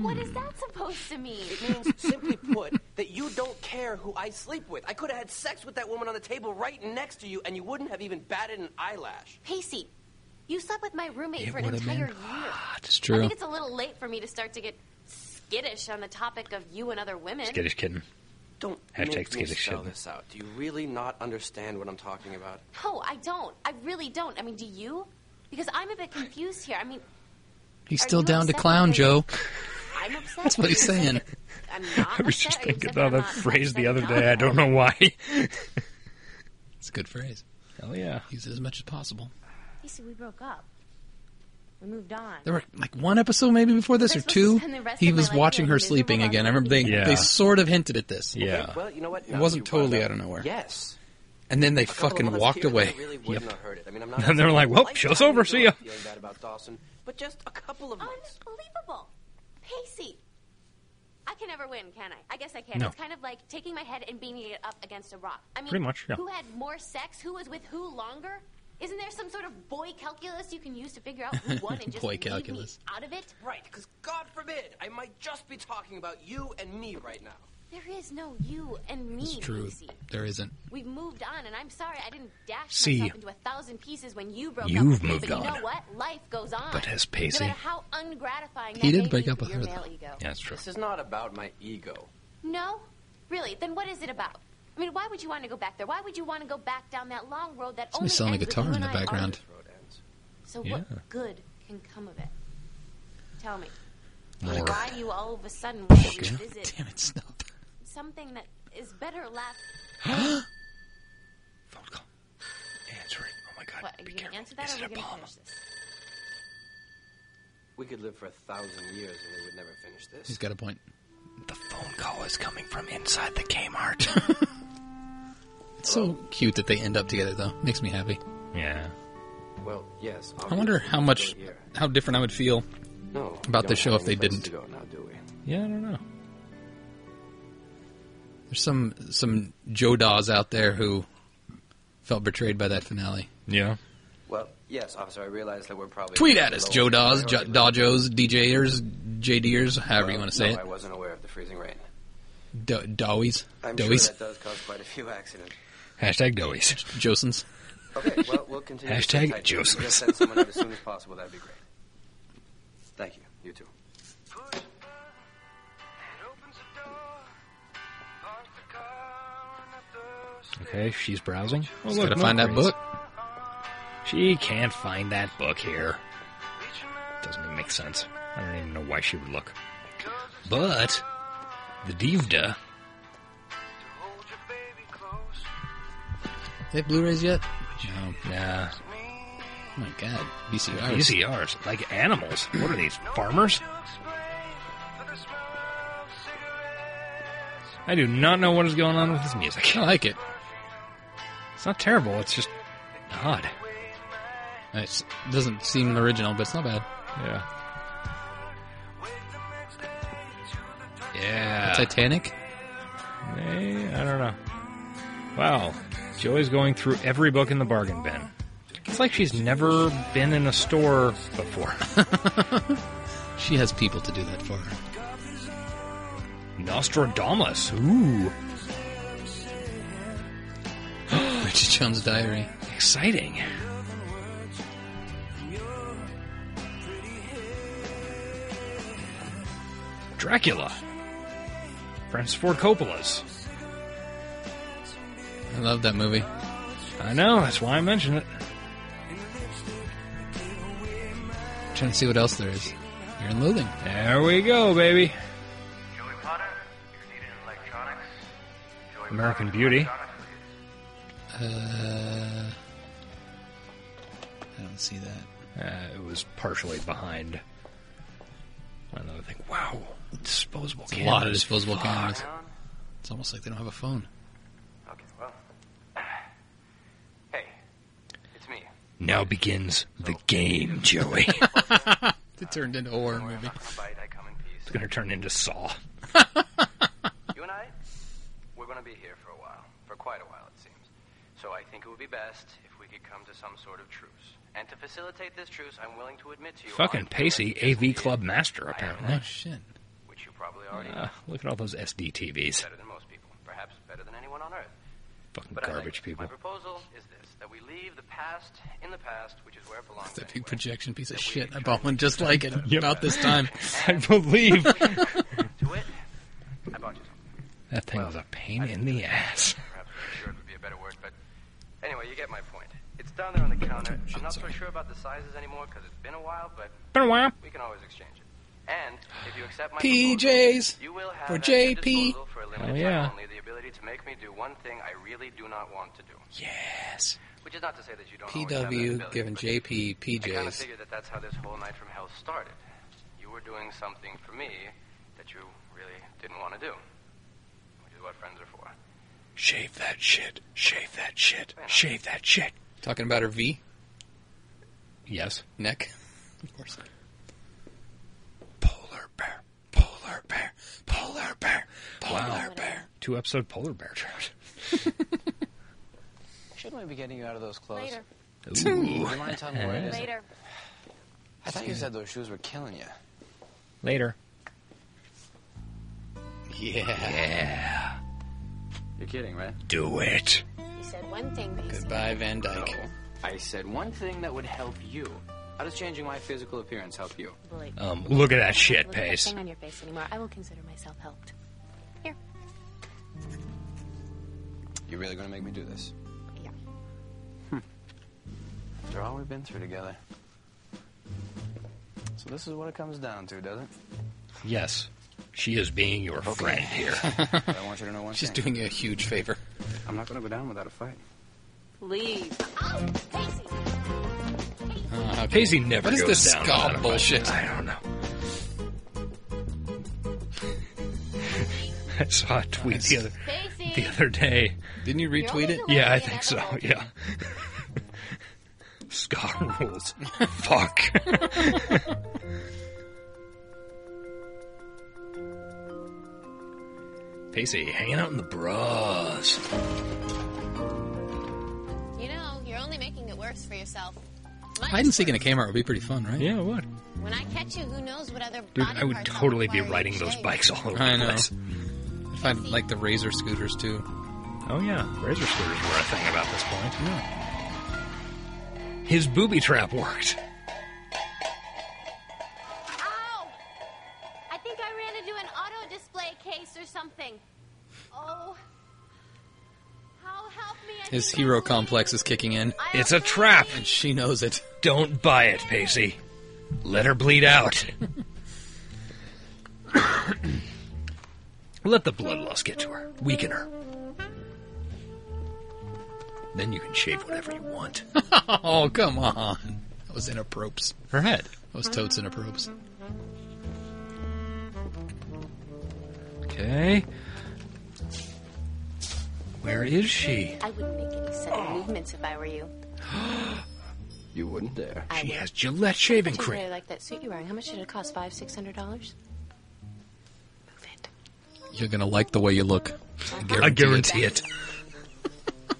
S5: What
S3: Hmm.
S5: is that supposed to mean?
S4: It means, simply put, that you don't care who I sleep with. I could have had sex with that woman on the table right next to you, and you wouldn't have even batted an eyelash.
S5: Pacey, you slept with my roommate
S3: It
S5: for an
S3: would've been
S5: entire year.
S3: That's
S5: I
S3: true.
S5: think it's a little late for me to start to get skittish on the topic of you and other women.
S2: Skittish kitten.
S4: Don't
S2: Hashtag
S4: make me
S2: skittish
S4: spell
S2: shit.
S4: this out. Do you really not understand what I'm talking about?
S5: No, I don't. I really don't. I mean, do you? Because I'm a bit confused here. I mean,
S3: He's
S5: Are
S3: still
S5: you
S3: down to
S5: upset
S3: clown,
S5: because- <laughs>
S3: Joe.
S5: I'm upset.
S3: That's what he's
S5: Are you
S3: saying.
S5: upset that I'm
S2: <laughs>
S5: not
S2: I was
S5: upset? <laughs>
S2: just
S5: Are you
S2: thinking
S5: upset
S2: about
S5: I'm
S2: that
S5: not
S2: phrase
S5: upset
S2: the other
S5: at
S2: day. I
S5: all?
S2: don't know why.
S3: It's a good phrase.
S2: Hell yeah.
S3: Use it as much as possible.
S5: Pacey, we broke up. We moved on.
S3: There were like one episode maybe before this
S5: Am I
S3: or
S5: supposed to
S3: two.
S5: spend the rest
S3: He
S5: of my
S3: was
S5: life
S3: watching
S5: feeling
S3: her
S5: miserable
S3: sleeping
S5: about
S3: again. I remember they
S2: Yeah.
S3: they sort of hinted at this.
S2: Yeah.
S4: Well, you know what?
S3: It
S4: Now
S3: wasn't
S4: that you brought
S3: totally
S4: up-
S3: out of nowhere.
S4: Yes.
S3: And then they
S4: A couple
S3: fucking
S4: of months
S3: walked
S4: here,
S3: away.
S4: I really wouldn't have heard it.
S3: <laughs>
S4: I mean, I'm not
S2: And they were like, "Well,
S4: lifetime
S2: show's over, see ya."
S4: feeling bad about Dawson, but just a couple of months.
S5: Unbelievable. Pacey. I can never win, can I? I guess I can.
S2: No.
S5: It's kind of like taking my head and beating it up against a rock. I mean,
S2: Pretty much, yeah.
S5: who had more sex? Who was with who longer? Isn't there some sort of boy calculus you can use to figure out
S2: <laughs>
S5: who won and just
S3: Boy
S5: leave me
S3: calculus.
S5: out of it?
S4: Right, because God forbid, I might just be talking about you and me right now.
S5: There is no you and me.
S3: It's true.
S5: Casey.
S3: There isn't.
S5: We've moved on, and I'm sorry I didn't dash
S2: See.
S5: myself into a thousand pieces when you broke
S2: You've
S5: up. with me,
S2: moved
S5: but
S2: on.
S5: you know what? Life goes on.
S2: But has Pacey.
S5: No matter how ungratifying
S3: He
S5: that
S3: did
S5: may
S3: break
S5: be
S3: up
S5: for
S3: with
S5: your
S3: her,
S5: male
S3: though.
S5: ego.
S2: Yeah, that's true.
S4: This is not about my ego.
S5: No, really. Then what is it about? I mean, why would you want to go back there? Why would you want to go back down that long road that only
S3: Somebody's selling a
S5: ends with
S3: guitar in
S5: you
S3: the
S5: and I already-
S3: background.
S4: This road ends.
S5: So
S3: Yeah.
S5: what good can come of it? Tell me,
S3: Lord.
S5: why do you all of a sudden want to
S3: Fucking-
S5: revisit
S3: <laughs> Damn it, Snub.
S5: something that is better left?
S2: Phone call. Answer it. Oh my god.
S5: What
S2: Be
S5: are you going to
S2: careful.
S5: answer that,
S2: Is
S5: or are
S2: it
S5: we
S2: a
S5: going to
S2: bomb?
S5: finish this?
S4: We could live for a thousand years and they would never finish this.
S3: He's got a point.
S2: The phone call is coming from inside the Kmart. <laughs>
S3: It's so cute that they end up together, though. Makes me happy.
S2: yeah.
S4: Well, yes.
S3: I wonder
S4: obviously,
S3: how
S4: we
S3: much,
S4: go here.
S3: how different I would feel.
S4: No,
S3: about the
S4: we don't
S3: show
S4: have
S3: if
S4: any
S3: they
S4: place
S3: didn't.
S4: To go now, do we?
S2: Yeah, I don't know.
S3: There's some some Joe Daws out there who felt betrayed by that finale.
S2: Yeah.
S4: Well, yes, officer. I realize that we're probably
S3: Tweet at us,
S4: low
S3: Joe
S4: on
S3: Daws,
S4: priority
S3: J-
S4: list.
S3: Dodgos, DJers, JDers, however you
S4: Well,
S3: want to say
S4: no, I
S3: it.
S4: wasn't aware of the freezing rain.
S3: Do- Dowies,
S4: I'm
S3: Dowies,
S4: sure that does cause quite a few accidents.
S2: Hashtag doughies.
S3: Josens.
S4: Okay, well, we'll continue. to stay
S2: Hashtag
S4: tight. If you
S2: Joseph.
S4: Just send someone out as soon as possible. That'd be great. Thank you. You too.
S2: Okay, she's browsing. Oh,
S3: Just gotta find that
S2: Milk
S3: book.
S2: Crates. She can't find that book here. Doesn't even make sense. I don't even know why she would look. But the Devda.
S3: They have Blu-rays yet?
S2: No, nah.
S3: Oh my God, VCRs.
S2: VCRs, like animals. What are these, farmers? I do not know what is going on with this music.
S3: I like it.
S2: It's not terrible, it's just odd.
S3: It doesn't seem original, but it's not bad.
S2: Yeah. Yeah.
S4: Ah.
S3: Titanic.
S2: Eh, I don't know. Wow. Joey's going through every book in the bargain bin. It's like she's never been in a store before. <laughs>
S3: She has people to do that
S4: <gasps>
S3: for her.
S2: Nostradamus. Ooh.
S3: Richie Chum's diary.
S2: Exciting. Dracula. Francis Ford Coppola's.
S3: I love that movie.
S2: I know, that's why I mentioned it.
S3: trying to see what else there is. You're in Loathing.
S2: There we go, baby.
S8: Joey Potter, you're needed in electronics. Joey
S2: American
S8: Potter,
S2: Beauty.
S8: electronics, please.
S3: Uh, I don't see that.
S2: Uh, it was partially behind another thing. Wow, disposable
S3: A
S2: cameras.
S3: lot of disposable
S2: Fuck.
S3: cameras. It's almost like they don't have a phone.
S4: Okay, well. Hey, it's me.
S2: Now begins the game, Joey. <laughs> it's
S3: It turned into a horror
S4: Don't worry, I'm
S3: movie.
S4: not gonna bite. I come in peace.
S2: gonna turn into Saw.
S4: You and I, we're gonna be here for a while, for quite a while it seems. So I think it would be best if we could come to some sort of truce. And to facilitate this truce, I'm willing to admit to you.
S2: Fucking
S4: honestly,
S2: Pacey, AV Club master, apparently.
S3: Oh shit!
S4: Which you probably already know
S2: Uh, look at all those SD TVs.
S4: better than most people, perhaps better than anyone on earth.
S2: Fucking
S4: But I think
S2: garbage people.
S4: My proposal is this: that we leave the past in the past, which is where it belongs.
S3: That big
S4: anyway.
S3: projection piece of shit. I bought one just like it about this time.
S2: <laughs> I believe
S4: To it, I bought you something.
S2: that thing was a pain in the ass.
S4: Perhaps I'm sure it would be a better word, but anyway, you get my point. It's down there on the counter. I'm not so sure about the sizes anymore because it's been a while, but
S2: Been a while.
S4: we can always exchange it. And if you accept my
S3: PJs
S4: proposal, you will have
S3: for
S4: at your
S3: JP.
S4: disposal for a limited
S2: Hell yeah.
S4: time only the ability to make me do one thing I really do not want to do.
S3: Yes.
S4: Which is not to say that you
S9: Oh,
S4: don't. always have that
S3: PW
S4: ability,
S3: giving
S4: but
S3: JP
S4: I kind of
S3: PJs.
S4: figured that that's how this whole night from hell started. You were doing something for me that you really didn't want to do, which is what friends are for.
S2: Shave that shit. Shave that shit. Shave that shit.
S3: Talking about her V
S2: Yes.
S3: neck. Of course.
S2: Polar bear. Polar bear. Polar bear. Polar
S5: bear.
S2: Two episode polar bear chart.
S4: Shouldn't we be getting you out of those clothes?
S5: Later.
S2: Ooh.
S4: you mind telling me where it is?
S5: Later.
S4: I thought you said those shoes were killing you.
S2: Later.
S3: Yeah.
S4: Yeah.
S9: You're kidding, right?
S2: Do it.
S5: You said one thing, Mason.
S3: Goodbye, Van Dyke.
S4: I said one thing that would help you. How does changing my physical appearance help you?
S5: Blake,
S3: Oh,
S5: I
S2: Um, look at that
S5: don't
S2: shit,
S5: look at that
S2: Pace.
S5: thing on your face anymore. I will consider myself helped. Here.
S4: You're really gonna make me do this?
S5: Yeah.
S4: After all we've been through together. So this is what it comes down to, does it?
S2: Yes. She is being your friend here.
S4: But I want you to know one
S3: She's
S4: thing.
S3: doing you a huge favor.
S4: I'm not gonna go down without a fight.
S5: Leave.
S7: Oh, Casey!
S3: Uh, okay.
S2: Paisley never
S3: What is
S2: goes
S3: this
S2: down
S3: ska
S2: without a fight.
S3: bullshit?
S2: I don't know. <laughs> I saw a tweet the other
S5: Casey!
S2: the other day.
S3: Didn't you retweet it?
S2: Yeah, I think so. Yeah. <laughs> Ska rules. Fuck. <laughs> Pacey hanging out in the bras.
S5: You know, you're only making it worse for yourself. Much
S3: Hide and seek in a
S5: worse.
S3: Kmart would be pretty fun, right?
S2: Yeah, what?
S5: When I catch you, who knows what other
S2: Dude,
S5: body
S2: I would
S5: parts I'll
S2: totally be
S5: require you
S2: riding
S5: to
S2: those
S5: shave.
S2: bikes all over
S3: I
S2: the
S3: know.
S2: place.
S3: I find like the razor scooters too.
S2: Oh yeah, razor scooters were a thing about this point. Yeah. His booby trap worked.
S5: Ow! I think I ran into an auto display case or something. Oh. How help me? I
S3: His
S5: think I
S3: hero
S5: believe-
S3: complex is kicking in,
S5: I
S2: It's a
S5: believe-
S2: trap.
S3: and she knows it. <laughs>
S2: Don't buy it, Pacey. Let her bleed out. Let the bloodlust get to her. Weaken her. Then you can shave whatever you want.
S3: Oh, come on. That was inappropriate.
S2: <laughs> Her head.
S3: That was totes inappropriate.
S2: Okay. Where is she?
S5: I wouldn't make any sudden movements if I were you.
S4: You wouldn't dare.
S5: I
S2: She
S5: would.
S2: has Gillette shaving
S5: Would you really
S2: cream.
S5: like that suit you're wearing? How much did it cost? Five, six hundred dollars? Move it.
S3: You're gonna like the way you look.
S2: I guarantee it.
S3: I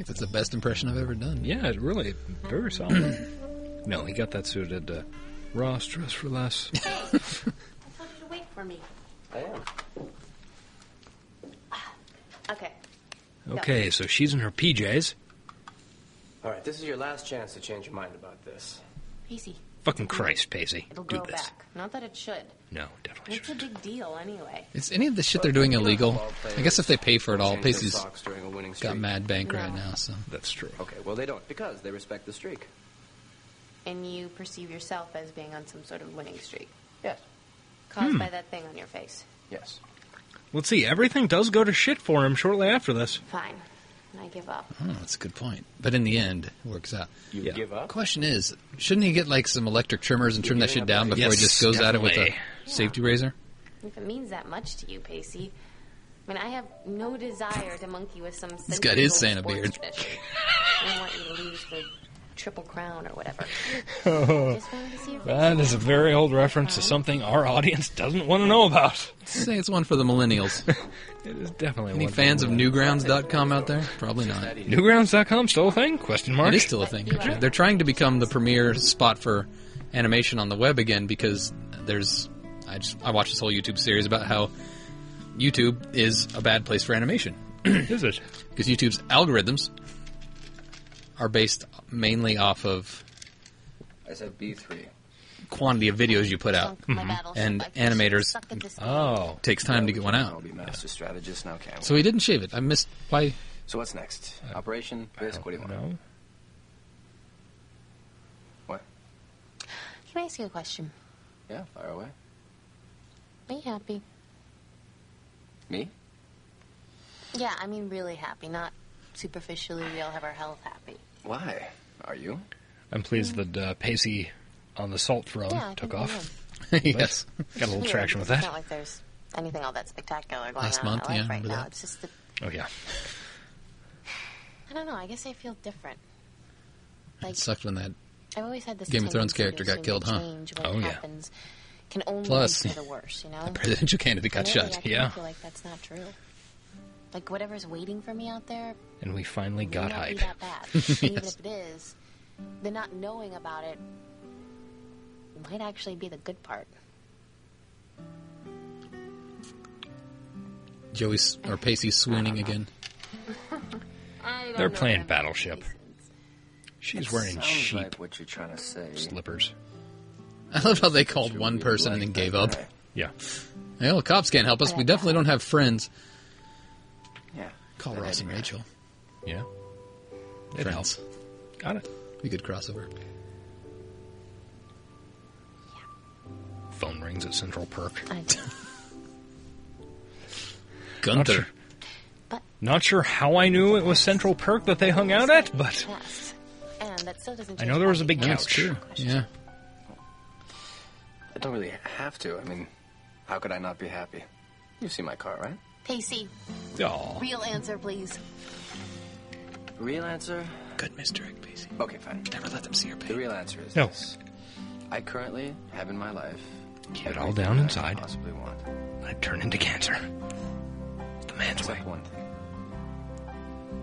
S3: think that's the best impression I've ever done.
S2: Yeah, it really very solid. <clears throat> no, he got that suit at uh, Ross Dress for
S5: <laughs>
S2: Less.
S5: I told you to wait for me.
S4: I am.
S5: Ah, Okay.
S2: Okay, so she's in her PJs.
S4: All right, this is your last chance to change your mind about this.
S5: Easy.
S2: Fucking Christ, Pacey.
S5: It'll
S2: Do
S5: grow
S2: this.
S5: back. Not that it should.
S2: No, definitely
S5: It's a
S2: shouldn't.
S5: big deal anyway.
S3: Is any of the shit they're doing illegal? I guess if they pay for it all,
S4: Change your
S3: Pacey's
S4: socks during a winning streak.
S3: got mad bank right
S5: No.
S3: now, so.
S2: That's true.
S4: Okay, well they don't because they respect the streak.
S5: And you perceive yourself as being on some sort of winning streak
S4: Yes.
S5: caused
S3: Hmm.
S5: by that thing on your face.
S4: Yes.
S2: Let's see. Everything does go to shit for him shortly after this.
S5: Fine. I give up.
S3: Oh, that's a good point. But in the end, it works out.
S4: You
S2: Yeah.
S4: give up.
S3: Question is, shouldn't he get like some electric trimmers and trim that shit down before
S2: Yes,
S3: he just goes at it
S2: definitely.
S3: with a safety razor?
S5: If it means that much to you, Pacey. I mean, I have no desire to monkey with some.
S3: He's got his Santa
S5: centuries-old sports
S3: beard.
S5: tradition. I don't want you to lose the triple crown
S3: <laughs>
S5: or whatever.
S3: Oh.
S5: Just wanted to see your face.
S2: That is a very old reference
S5: Uh-huh.
S2: to something our audience doesn't want to know about.
S3: Say it's one for
S2: <laughs>
S3: the millennials.
S2: It is definitely
S3: Any
S2: one
S3: fans of Newgrounds.com out there? Probably not.
S2: Newgrounds.com still a thing? Question mark.
S3: It is still a thing. They're trying to become the premier spot for animation on the web again because there's. I just I watched this whole YouTube series about how YouTube is a bad place for animation
S2: is it?
S3: because YouTube's algorithms are based mainly off of
S4: I said B three.
S3: quantity of videos you put out.
S5: My battleship
S3: And
S5: like this.
S3: animators-
S5: Suck at this
S2: Oh.
S3: takes time to get one
S4: I'll
S3: out.
S4: be master strategist now, can't we?
S3: So he didn't shave it. I missed why.
S4: So what's next? Operation Risk. What do you want?
S2: No.
S4: What?
S5: Can I ask you a question?
S4: Yeah, fire away.
S5: Are you happy?
S4: Me?
S5: Yeah, I mean, really happy, not superficially. We all have our health happy.
S4: Why? Are you?
S2: I'm pleased that uh, Pacey on the salt
S3: Oh,
S2: throne
S5: yeah, I
S2: took
S5: think we
S2: off.
S5: win.
S2: <laughs>
S5: <laughs>
S3: yes.
S2: Got a little
S5: Yeah,
S2: traction with
S5: It's
S2: that.
S5: not like there's anything all that spectacular going
S3: Last
S5: on in
S3: month,
S5: my life
S3: yeah,
S5: right
S3: remember
S5: now.
S3: that.
S5: It's just the
S2: Oh yeah.
S5: I don't know. I guess I feel different. Like
S3: It sucked when that. <laughs>
S5: I've always had this
S3: Game of Thrones
S5: tendency
S3: character
S5: to
S3: got
S5: assume
S3: killed,
S5: that
S3: huh?
S5: Change when
S2: Oh,
S5: it
S2: yeah.
S5: happens can only
S3: Plus, <laughs>
S5: be for the worse, you know.
S3: Presidential candidate got
S5: Lately, I
S3: shot.
S5: kinda
S2: yeah.
S5: feel like that's not true. Like whatever's waiting for me out there
S2: And we finally
S5: may
S2: got
S5: not be
S2: hype. <laughs>
S5: that bad. And Even
S3: Yes.
S5: if it is, the not knowing about it might actually be the good part.
S3: Joey's or Pacey's swooning again.
S2: They're playing Battleship. She's wearing
S9: Sounds
S2: sheep
S9: like what you're trying to say.
S2: slippers.
S3: I love how they called
S9: You
S3: one
S9: really
S3: person
S9: like
S3: and then
S9: that
S3: gave up.
S9: guy.
S2: Yeah.
S3: Well, the cops can't help us. We definitely don't have friends.
S9: Yeah.
S3: Call
S9: that
S3: Ross and
S9: Edgar.
S3: Rachel.
S2: Yeah. It
S3: Friends.
S2: helps. Got it.
S3: Be good crossover.
S2: Phone rings at Central Perk.
S5: I,
S2: Not
S3: Gunther.
S2: sure, not sure how I knew it was Central Perk that they hung out at, but
S5: yes. And that still doesn't
S2: I
S5: change
S2: know there was a
S5: my-
S2: big
S3: That's
S2: couch.
S3: true. Yeah.
S9: I don't really have to. I mean, how could I not be happy? You see my car, right?
S5: Pacey,
S2: Aw.
S5: real answer, please.
S9: Real answer?
S3: Good misdirect, Pacey.
S9: Okay, fine.
S3: Never let them see your
S9: The
S3: pain.
S9: real answer is
S2: No.
S9: this. I currently have in my life.
S2: Keep it all
S9: everything
S2: down
S9: that I
S2: inside.
S9: could Possibly want.
S2: I turn into cancer. The man's way.
S9: Except one thing.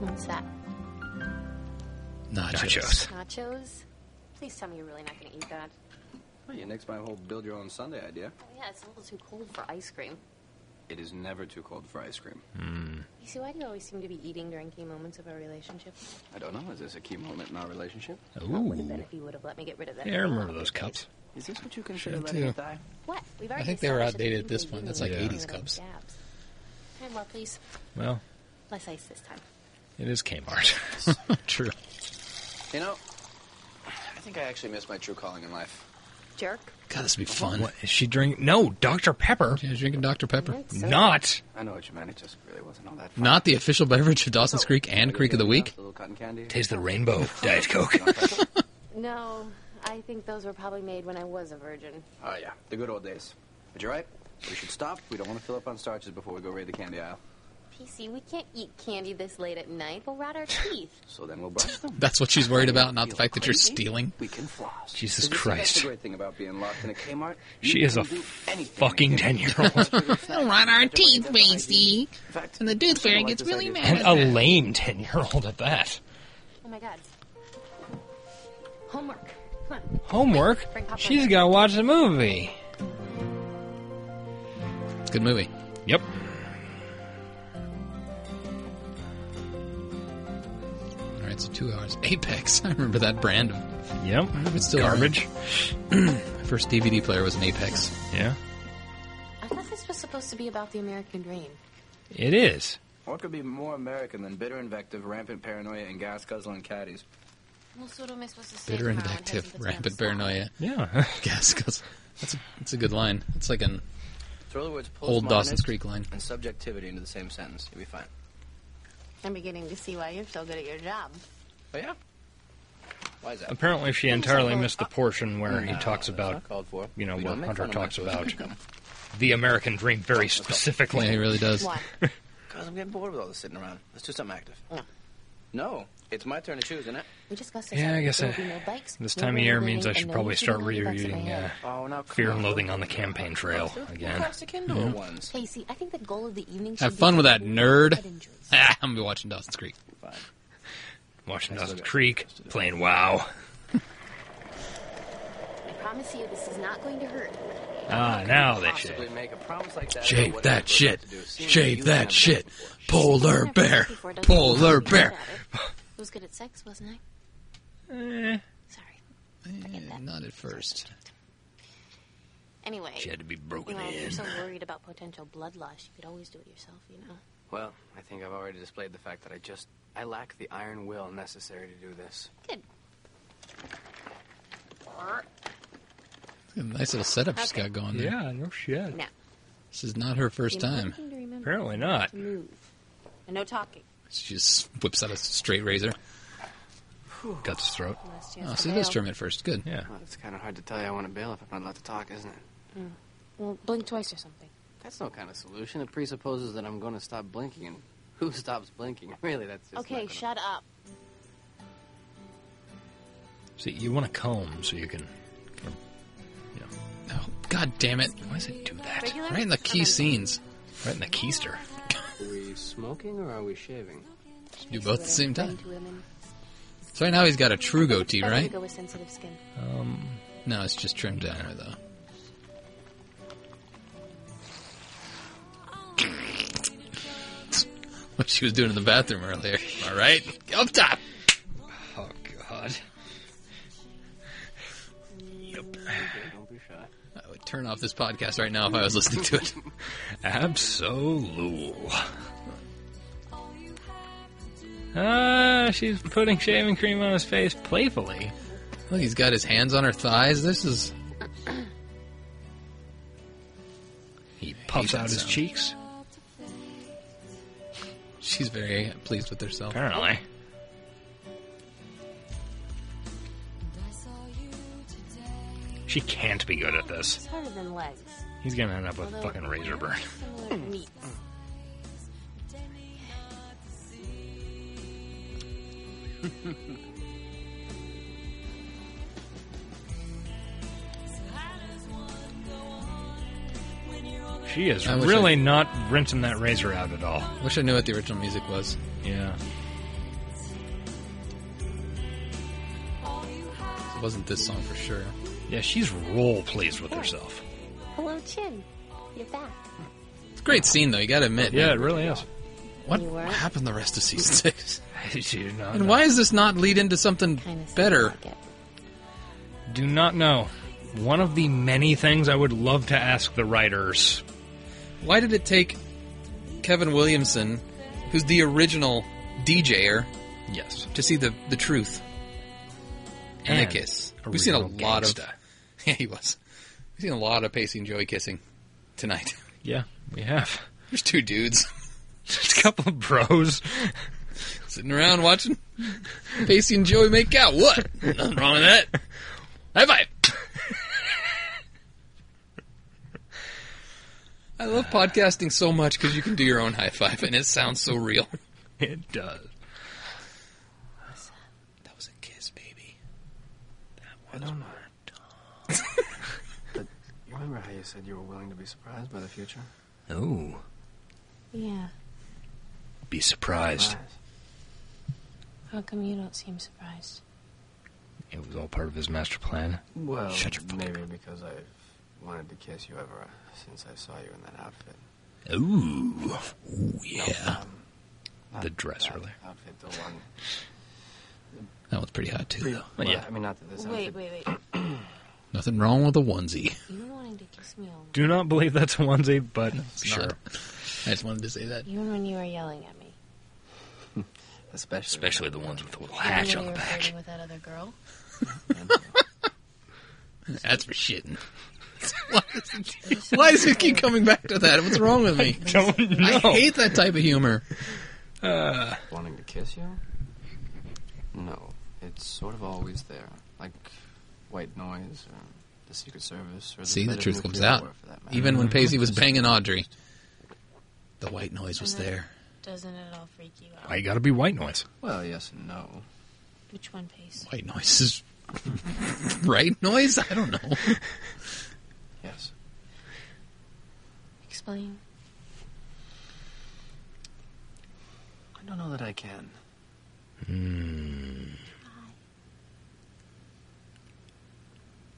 S5: What's that?
S3: Nachos.
S2: Nachos.
S5: Nachos? Please tell me you're really not going to eat that.
S9: Well, you nixed my whole build your own Sunday idea.
S5: Oh, yeah, it's a little too cold for ice cream.
S9: It is never too cold for ice cream.
S5: You see, why do you always seem to be eating during key moments of our relationship?
S9: I don't know. Is this a key moment in our relationship?
S5: Would have been
S2: Ooh.
S5: if you would have let me get rid of that.
S2: Yeah, I remember those
S5: cups.
S2: cups.
S9: Is this what you consider
S3: Sure
S9: letting
S3: do.
S9: it die?
S5: What? We've already
S3: think they were
S5: established that
S3: outdated
S5: you
S3: at this
S5: can
S3: point.
S5: do
S3: That's
S5: it
S3: like
S5: with
S3: 80s
S5: little
S3: cups.
S5: dabs. Can I have more, please?
S2: Well,
S5: Less ice this time.
S2: it is Kmart.
S3: <laughs> True.
S9: You know, I think I actually missed my true calling in life.
S5: Jerk.
S3: God, this would be fun.
S2: What is she drinking? No, Dr. Pepper.
S3: She's drinking Dr. Pepper.
S5: That's so-
S2: Not.
S9: I know what you meant. It just really wasn't all that fun.
S3: Not the official beverage of Dawson's Creek and Creek of the Week.
S9: A little cotton candy.
S2: Taste the
S3: <laughs>
S2: rainbow. Diet Coke.
S5: No, I think those were probably made when I was a virgin.
S9: Oh, yeah. The good old days. But you're right. We should stop. We don't want to fill up on starches before we go raid the candy aisle.
S5: PC, we can't eat candy this late at night. We'll rot our teeth.
S9: So then we'll brush them.
S3: That's what she's worried about, not the
S9: Feel
S3: fact that you're
S9: crazy?
S3: stealing.
S9: We can floss.
S2: Jesus
S9: Because you see,
S2: Christ.
S9: That's the great thing about being locked in a Kmart.
S2: She
S9: You
S2: is a
S9: can do anything
S2: fucking
S9: in a
S2: 10
S9: Kmart.
S2: year old.
S9: Don't <laughs> run our teeth, Macy. And the tooth fairy gets really mad.
S3: <laughs>
S2: And a lame 10 year old at that.
S5: Oh my god. Homework. Come on.
S2: Homework?
S5: Bring popcorn.
S2: She's got to watch the movie.
S3: It's a good movie.
S2: Yep.
S3: All right, so two hours. Apex. <laughs> I remember that brand. of-
S2: Yep.
S3: It's still
S2: Garbage.
S3: My first DVD player was an Apex.
S2: Yeah.
S5: I thought this was supposed to be about the American dream.
S2: It is.
S9: What could be more American than bitter invective, rampant paranoia, and gas guzzling caddies?
S5: Well, so what am I supposed to say
S3: Bitter and
S5: tomorrow when
S3: active,
S5: Hudson puts me on the
S3: rampant
S5: spot?
S3: paranoia. <laughs>
S2: Yeah.
S3: Gas goes. That's a, that's a good line. It's like an
S9: So in other words,
S3: old Dawson's
S9: postmodernism
S3: Creek line.
S9: and subjectivity into the same sentence. You'll be fine.
S5: I'm beginning to see why you're so good at your job.
S9: But Oh, yeah. Why is
S2: <laughs>
S9: that?
S2: Apparently, she entirely missed the portion where he talks
S9: That's
S2: about,
S9: not called for.
S2: you know,
S9: We
S2: what
S9: don't make
S2: Hunter
S9: fun of
S2: talks
S9: Americans.
S2: about
S9: <laughs>
S2: the American dream very
S3: Yeah, he
S2: specifically.
S3: really
S2: <laughs>
S3: does.
S5: Why?
S9: Cause I'm getting bored with all this sitting around. Let's do something active.
S5: No.
S9: No, it's my turn to choose, isn't it?
S5: We discussed this
S2: Yeah, I
S5: already.
S2: guess
S5: There
S2: I-
S5: will be no bikes,
S2: This
S5: no
S2: time of
S5: rollerblading,
S2: year means I
S5: and
S2: should
S5: no
S2: probably
S5: shooting
S2: start
S5: on the backs of my
S2: rereading uh,
S5: head.
S9: Oh, now come
S2: Fear
S9: on.
S2: and Loathing on the Campaign Trail again. Mm-hmm.
S9: Across the Kindle ones.
S5: Casey, I think the goal of the evening should
S3: Have
S5: be
S3: fun with that
S5: getting rid of
S3: nerd.
S5: head injuries.
S3: Ah, <laughs> I'm gonna be watching Dawson's Creek.
S9: Fine.
S2: Watching Dawson's Creek, playing WoW.
S5: I promise you, this is not going to hurt.
S2: Ah, now they
S9: Possibly
S2: shave.
S9: make a promise like that.
S3: Shave
S9: about what
S3: that
S9: else we're
S3: shit.
S9: about to do. Seems like
S3: Shave
S9: you've
S3: that
S9: never done
S3: shit.
S9: it before.
S3: Polar bear.
S5: Before, doesn't it?
S3: Polar
S5: Think
S3: bear.
S5: about it. I was good at sex, wasn't I? Sorry. Forget that.
S3: Eh, Not at first.
S5: Anyway,
S2: She had to be
S5: you
S2: broken
S5: know, if you're
S2: in.
S5: so worried about potential blood loss, you could always do it yourself, you know?
S9: Well, I think I've already displayed the fact that I just I lack the iron will necessary to do this.
S5: Good.
S3: Nice little setup she's got going there.
S2: Yeah, no shit.
S5: Now,
S3: This is not her first
S5: the
S3: time.
S5: important thing to remember
S2: Apparently not.
S5: is to move. And no talking.
S3: She just whips out a straight razor.
S2: Cuts his throat.
S5: Last chance
S3: Oh,
S5: to
S3: so it is
S5: bail.
S3: trim at first. Good.
S2: Yeah.
S9: Well, it's kind of hard to tell you I want to bail if I'm not allowed to talk, isn't it?
S5: Well, blink twice or something.
S9: That's no kind of solution. It presupposes that I'm going to stop blinking, and who stops blinking? <laughs> Really, that's just
S5: okay,
S9: not gonna-
S5: shut up.
S2: See, you want to comb so you can, you know,
S3: Oh, God damn it.
S2: why does it do that?
S5: Regular?
S3: Right in the key
S5: Okay.
S3: scenes.
S2: Right in the keister.
S9: Are we smoking or are we shaving?
S3: Do both at the same
S5: Friend
S3: time.
S5: to women.
S3: So right now he's got a true goatee,
S5: Better to
S3: right?
S5: go with sensitive skin.
S3: No, it's just trimmed down here, though. <laughs> what she was doing in the bathroom earlier. All right, up top.
S2: Oh, God.
S9: Okay, don't be shy.
S3: I would turn off this podcast right now if I was listening to it.
S2: Absolute. Ah, she's putting shaving cream on his face playfully.
S3: Look, he's got his hands on her thighs. This is
S2: He puffs
S3: that
S2: out his
S3: sound.
S2: cheeks.
S3: she's very pleased with herself.
S2: Apparently. She can't be good at this.
S5: It's harder than legs.
S2: He's gonna end up with
S5: although
S2: fucking razor burn.
S5: similar to <laughs> meats.
S2: She is
S3: I wish
S2: really
S3: I-
S2: not rinsing that razor out at all.
S3: Wish I knew what the original music was.
S2: Yeah.
S3: It wasn't this song for sure.
S2: Yeah, she's real pleased with herself.
S7: Hello, Chin. You're back.
S3: It's a great scene though. You got to admit.
S2: Yeah,
S3: man.
S2: it really is. <laughs>
S3: What
S5: You were?
S3: happened the rest of
S5: <laughs>
S3: season six?
S2: She did not
S3: And
S2: know.
S3: why does this not lead into something
S5: Kind of
S3: better?
S5: Like it.
S2: Do not know. One of the many things I would love to ask the writers.
S3: Why did it take Kevin Williamson, who's the original DJer,
S2: Yes.
S3: to see the, the truth? And, a kiss. We've seen a
S2: original
S3: lot
S2: gangsta.
S3: of. <laughs> Yeah, he was. We've seen a lot of Pacey and Joey kissing tonight. <laughs>
S2: Yeah, we have. <laughs>
S3: There's two dudes
S2: Just a couple of bros.
S3: sitting around watching Pacey and Joey make out. What? Nothing wrong with that. High five. I love podcasting so much because you can do your own high five and it sounds so real.
S2: It does.
S3: That was a kiss, baby.
S9: I don't know. but you remember how you said you were willing to be surprised by the future?
S2: Oh,
S5: Yeah.
S2: be surprised.
S9: Surprise.
S5: How come you don't seem surprised?
S2: It was all part of his master plan.
S9: Well,
S2: Shut your fucking
S9: maybe because I've wanted to kiss you ever since I saw you in that outfit.
S2: Ooh. Ooh, yeah.
S9: Um, not
S2: The dress
S9: that
S2: earlier.
S9: Outfit, the one.
S3: That one's pretty hot too, though.
S9: Well,
S2: yeah.
S9: I mean, not that this
S5: Wait,
S9: outfit.
S5: wait, wait.
S3: Nothing wrong with a onesie.
S5: You were wanting to kiss me all
S2: Do not believe that's a onesie, but sure.
S3: Not- I just wanted to say that.
S5: Even when you were yelling at me.
S9: Especially.
S2: Especially the ones with the little
S5: Even
S2: hatch
S5: when
S2: on
S5: you
S2: the
S5: were
S2: back.
S9: <laughs>
S5: flirting with that other girl.
S3: That's for shitting. Why does it keep coming back to that? What's wrong with me?
S2: Don't know.
S3: I hate that type of humor.
S9: Wanting to kiss you? No. It's sort of always there. Like white noise or the Secret Service or the
S3: See, the
S9: threat of
S3: truth comes
S9: nuclear
S3: out.
S9: war, for that matter.
S3: Even when Paisley was banging Audrey, the white noise was there.
S5: Doesn't it all freak you out?
S2: Why you gotta be white noise?
S9: Well, yes and no.
S5: Which one, Pace?
S3: White noise is <laughs> right noise. I don't know.
S9: Yes.
S5: Explain.
S9: I don't know that I can.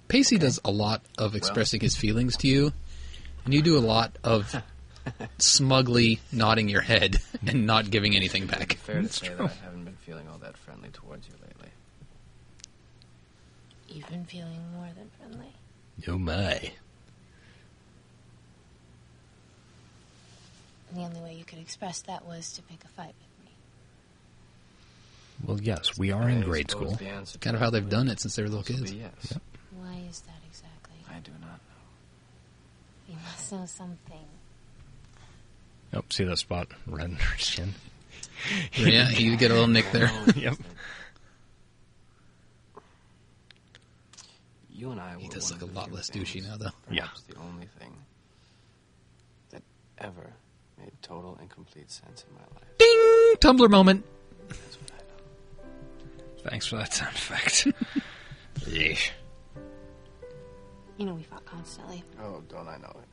S3: Pacey does a lot of expressing his feelings to you, and you do a lot of smugly nodding your head <laughs> and not giving anything back.
S9: Fair to say that I haven't been feeling all that friendly towards you lately.
S5: You've been feeling more than friendly.
S2: Oh my.
S5: And the only way you could express that was to pick a fight with me.
S2: Well, yes, we are in
S9: I
S2: grade
S9: suppose
S2: school.
S9: the answer
S3: Kind of
S9: to
S3: how
S9: that
S3: they've
S9: would
S3: done it since they were little
S9: also <laughs>
S3: kids.
S9: be Yes.
S5: Why is that exactly?
S9: I do not know.
S5: You must know something.
S2: Oh, see that spot? Red in her
S9: <laughs>
S2: skin.
S3: Yeah, you get a little nick there.
S2: Yep.
S9: You and I.
S3: He
S9: were
S3: does
S9: one
S3: look a
S9: of the
S3: lot
S9: few
S3: less douchey
S9: things,
S3: now, though.
S2: Yeah.
S9: Perhaps the only thing that ever made total and complete sense in my life.
S3: Ding! Tumblr moment.
S9: That's what I know.
S2: Thanks for that sound
S9: <laughs>
S2: effect. Yeesh.
S5: You know we fought constantly,
S9: Oh, don't I know it?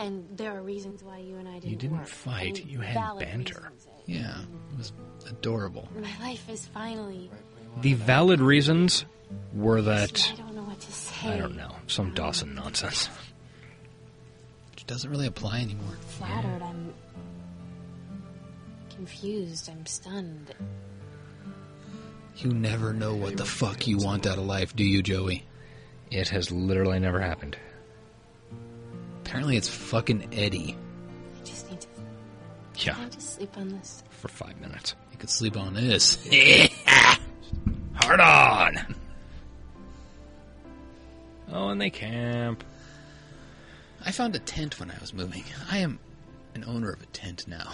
S5: and there are reasons why you and I didn't.
S2: didn't
S5: work.
S2: fight,
S5: And
S2: you had
S5: valid
S2: banter.
S5: reasons.
S3: Yeah, it was adorable.
S5: My life is finally.
S2: The valid reasons were that
S5: I don't know what to say.
S2: I don't know some Dawson nonsense.
S3: Which doesn't really apply anymore.
S5: Flattered. I'm. confused. I'm stunned.
S3: You never know what the fuck you want out of life, do you, Joey?
S2: It has literally never happened.
S3: Apparently, it's fucking Eddie.
S5: I just need to. Can
S2: Yeah,
S5: I just sleep on this?
S2: for five minutes.
S3: You could sleep on this. <laughs>
S2: Hard on! Oh, and they camp.
S3: I found a tent when I was moving. I am an owner of a tent now.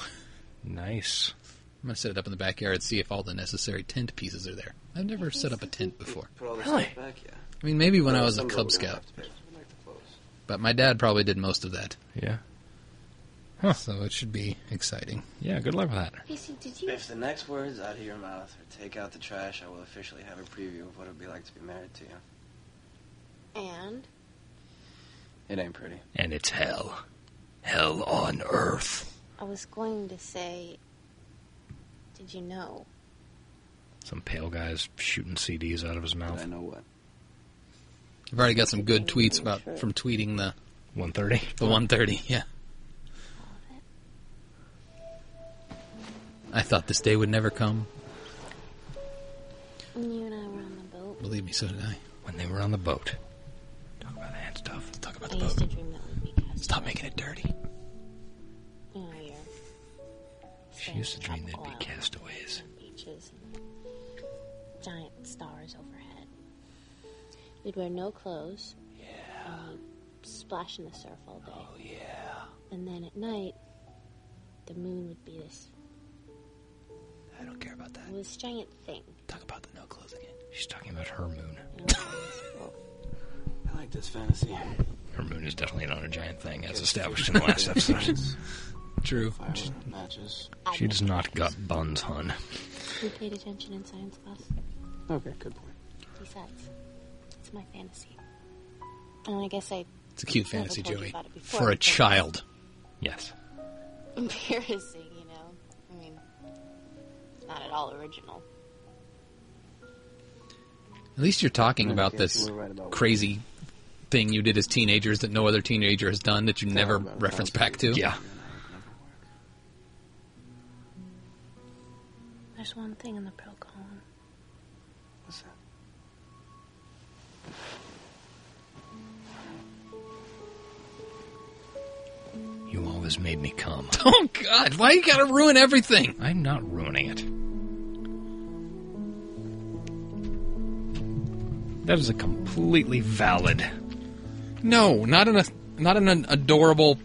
S2: Nice.
S3: I'm gonna set it up in the backyard and see if all the necessary tent pieces are there. I've never set up a tent before.
S9: Put all this
S2: Really?
S9: stuff back, yeah.
S3: I mean, maybe when I
S9: Well,
S3: was a
S9: some of it
S3: Cub
S9: we're gonna
S3: Scout,
S9: have to pay for, like the clothes.
S3: but my dad probably did most of that,
S2: Yeah.
S3: so it should be exciting.
S2: Yeah, good luck with that.
S7: Casey, did you?
S9: If the next words out of your mouth are take out the trash, I will officially have a preview of what it would be like to be married to you.
S5: And
S9: It ain't pretty.
S2: And it's hell. Hell on earth.
S5: I was going to say, did you know?
S2: Some pale guy's shooting CDs out of his
S9: But I
S2: mouth.
S9: know what.
S3: I've already got some good tweets about from tweeting the
S2: 130.
S3: the 130. <laughs> Yeah. I thought this day would never come.
S5: When you and I were on the boat,
S3: Believe me, so did I.
S2: When they were on the boat. Talk about the hand stuff.
S3: Talk about
S5: I
S3: the
S5: used to
S3: boat.
S5: dream that we'd be cast.
S3: Stop making it dirty.
S5: You know, you're
S2: She used to dream they'd be castaways.
S5: beaches and giant stars overhead. We'd wear no clothes. Yeah. And we'd splash in the surf all day. Oh yeah. And then at night, the moon would be this
S3: I don't care about that.
S5: this giant thing.
S3: Talk about the no clothes again.
S2: She's talking about her moon.
S9: <laughs> I like this fantasy.
S2: Her moon is definitely not a giant thing, as established in the
S9: <laughs>
S2: last episode.
S3: True.
S9: Firework matches.
S2: She does not gut buns, hun.
S5: We paid attention in science class.
S9: Okay, good point.
S5: Besides, it's my fantasy. And I guess I <laughs>
S3: It's a cute
S5: Never
S3: fantasy,
S5: told you
S3: Joey,
S5: about it before,
S3: for a
S5: but-
S3: child.
S2: Yes.
S5: embarrassing, you know. I mean, it's not at all original.
S3: At least you're talking about
S9: Okay,
S3: this
S9: you were right about-
S3: crazy thing you did as teenagers that no other teenager has done that you never
S9: about it.
S3: reference back to.
S2: Yeah.
S5: There's one thing in the pro column.
S9: What's that?
S2: You always made me come.
S3: <laughs> Oh God! Why you gotta ruin everything?
S2: I'm not ruining it. That is a completely valid.
S3: No, not in a not in an adorable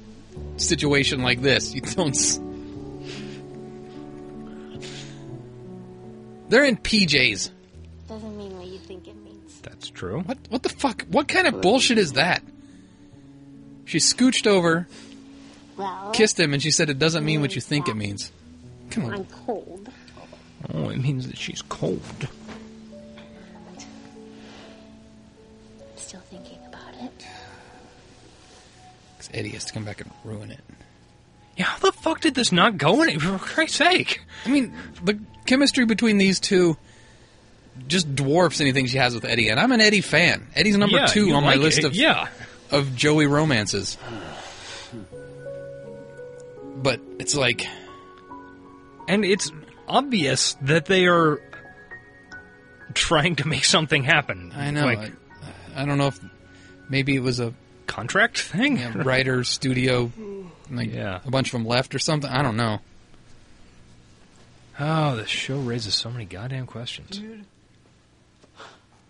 S3: situation like this. You don't. S- They're in PJs.
S5: Doesn't mean what you think it means.
S2: That's true.
S3: What what the fuck? What kind of bullshit is that? She scooched over,
S5: Well,
S3: kissed him, and she said it doesn't mean what you think it means. Come on.
S5: I'm cold.
S2: Oh, it means that she's cold.
S5: I'm still thinking about it.
S3: 'Cause Eddie has to come back and ruin it.
S2: Yeah, how the fuck did this not go any? For Christ's sake!
S3: I mean, the chemistry between these two just dwarfs anything she has with Eddie, and I'm an Eddie fan. Eddie's number
S2: Yeah,
S3: two
S2: you
S3: on
S2: like
S3: my list
S2: it.
S3: of
S2: yeah.
S3: of Joey romances. But it's like
S2: And it's obvious that they are trying to make something happen.
S3: I know.
S2: like
S3: I, I don't know if maybe it was a
S2: contract thing.
S3: you
S2: <laughs>
S3: know, writer studio, like
S2: Yeah.
S3: a bunch of them left or something. I don't know. <laughs>
S2: Oh, this show raises so many goddamn questions.
S10: Dude,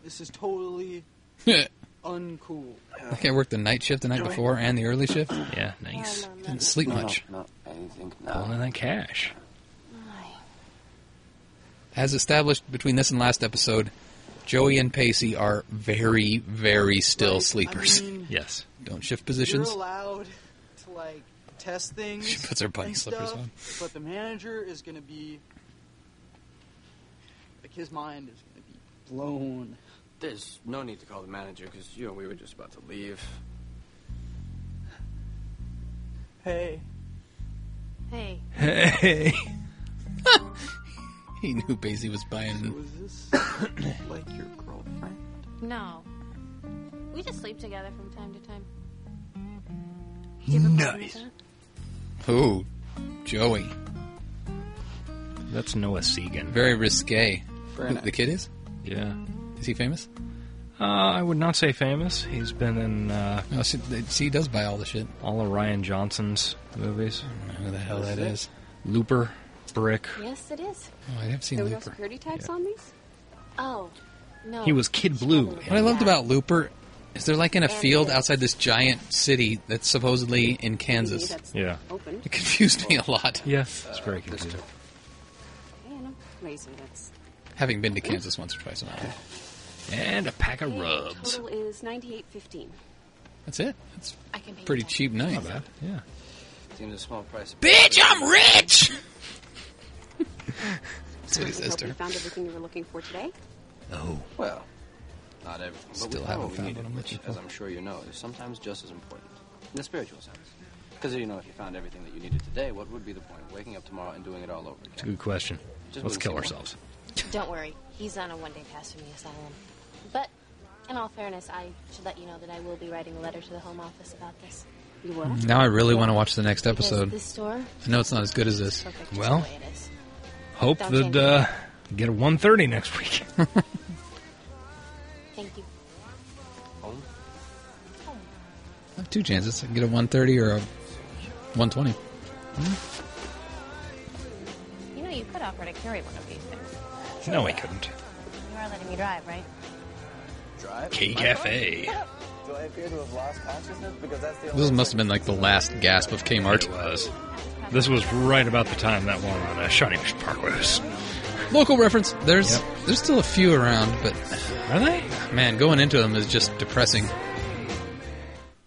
S10: this is totally
S3: I
S10: uncool.
S3: think I worked the night shift the night before and the early shift.
S2: Yeah, nice.
S3: Didn't sleep much.
S9: No, no, anything.
S2: Pulling in
S9: No.
S2: that cash.
S3: As established between this and last episode, Joey and Pacey are very, very still sleepers.
S10: I mean,
S2: Yes.
S3: Don't shift
S10: you're
S3: positions.
S10: allowed to like test things.
S3: <laughs> She puts her bunny
S10: and
S3: slippers
S10: stuff,
S3: on.
S10: But the manager is gonna be like his mind is gonna be blown.
S9: There's no need to call the manager because you and we were just about to leave.
S10: Hey,
S5: Hey,
S2: Hey.
S3: He knew Pacey was buying.
S10: was this like your girlfriend?
S5: no. We just sleep together from time to time. Do you have a problem with
S2: Nice.
S5: that?
S3: Who? Joey.
S2: That's Noah Segan.
S3: Very risque.
S10: Very
S3: The kid is?
S2: Yeah.
S3: Is he famous?
S2: Uh, I would not say famous. He's been in uh,
S3: No, she, she does buy all the shit.
S2: all of Ryan Johnson's movies.
S3: I don't know who the hell that is.
S2: Looper, Brick.
S5: Yes, it is.
S3: Oh, I have seen
S11: There were no
S3: Looper.
S11: security tags on these?
S5: Oh, no.
S2: He was Kid Blue.
S3: What I loved about Looper is they're like in a
S5: And
S3: field
S5: this.
S3: outside this giant city that's supposedly in Kansas.
S11: That's
S2: Yeah.
S11: Open.
S3: It confused me a lot,
S2: Yes, it's very confusing.
S11: Yeah, no. Razor, that's.
S3: having been to Kansas once or twice in my life.
S2: And a pack of
S11: Okay,
S2: rubs.
S11: Total is ninety-eight fifteen.
S3: That's it. That's
S5: I can pay you
S3: pretty
S5: back.
S3: cheap night.
S2: Not bad. Yeah.
S9: Seems a small price.
S3: Bitch, I'm
S2: <laughs>
S3: rich! that's what he says
S11: hope
S3: to
S11: you
S3: her.
S11: found everything you were looking for today.
S2: Oh.
S9: Well, not everything. But
S3: Still
S9: we found
S3: haven't
S9: what we
S3: found
S9: needed,
S3: what I'm
S9: which,
S3: looking
S9: as
S3: for.
S9: I'm sure you know, is sometimes just as important in the spiritual sense. Because you know, if you found everything that you needed today, what would be the point of waking up tomorrow and doing it all over
S2: It's a
S9: again?
S2: good question. Let's
S9: Just wouldn't
S2: kill
S9: say
S2: ourselves.
S5: <laughs> Don't worry. He's on a one-day pass from the asylum. But, in all fairness, I should let you know that I will be writing a letter to the Home Office about this.
S11: You will.
S3: Now I really want to watch the next
S5: Because
S3: episode.
S5: This store
S3: I know it's not as good as this.
S5: perfect just
S2: Well.
S5: the way it is.
S2: Hope
S5: Don't
S2: that
S5: change
S2: uh, get a 130 next week. <laughs>
S5: Thank you.
S9: Home?
S3: I have two chances. I can get a 130 or a 120.
S5: You know, you could offer to carry one of these things.
S2: no, I couldn't.
S5: You are letting me drive, right?
S9: Drive?
S2: K Cafe.
S9: Do I appear to have lost consciousness? Because that's the
S3: This must have been like the last gasp of Kmart.
S2: It was. This was right about the time that one on uh, Shawnee Mission Parkway was.
S3: Local reference. There's
S2: Yep.
S3: there's still a few around, but
S2: Are they?
S3: man, going into them is just depressing.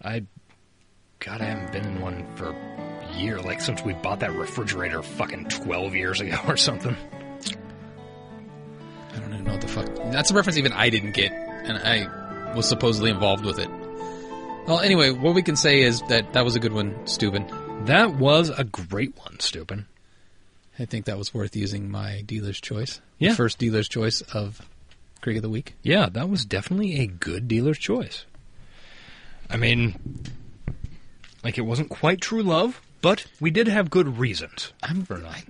S2: I. God, I haven't been in one for a year, like since we bought that refrigerator fucking 12 years ago or something.
S3: I don't even know what the fuck. That's a reference even I didn't get, and I was supposedly involved with it. Well, anyway, what we can say is that that was a good one, Steuben.
S2: That was a great one, Stupin.
S3: I think that was worth using my dealer's choice. The
S2: Yeah.
S3: first dealer's choice of Creek of the Week.
S2: Yeah, that was definitely a good dealer's choice. I mean, like it wasn't quite true love, but we did have good reasons.
S3: I'm I,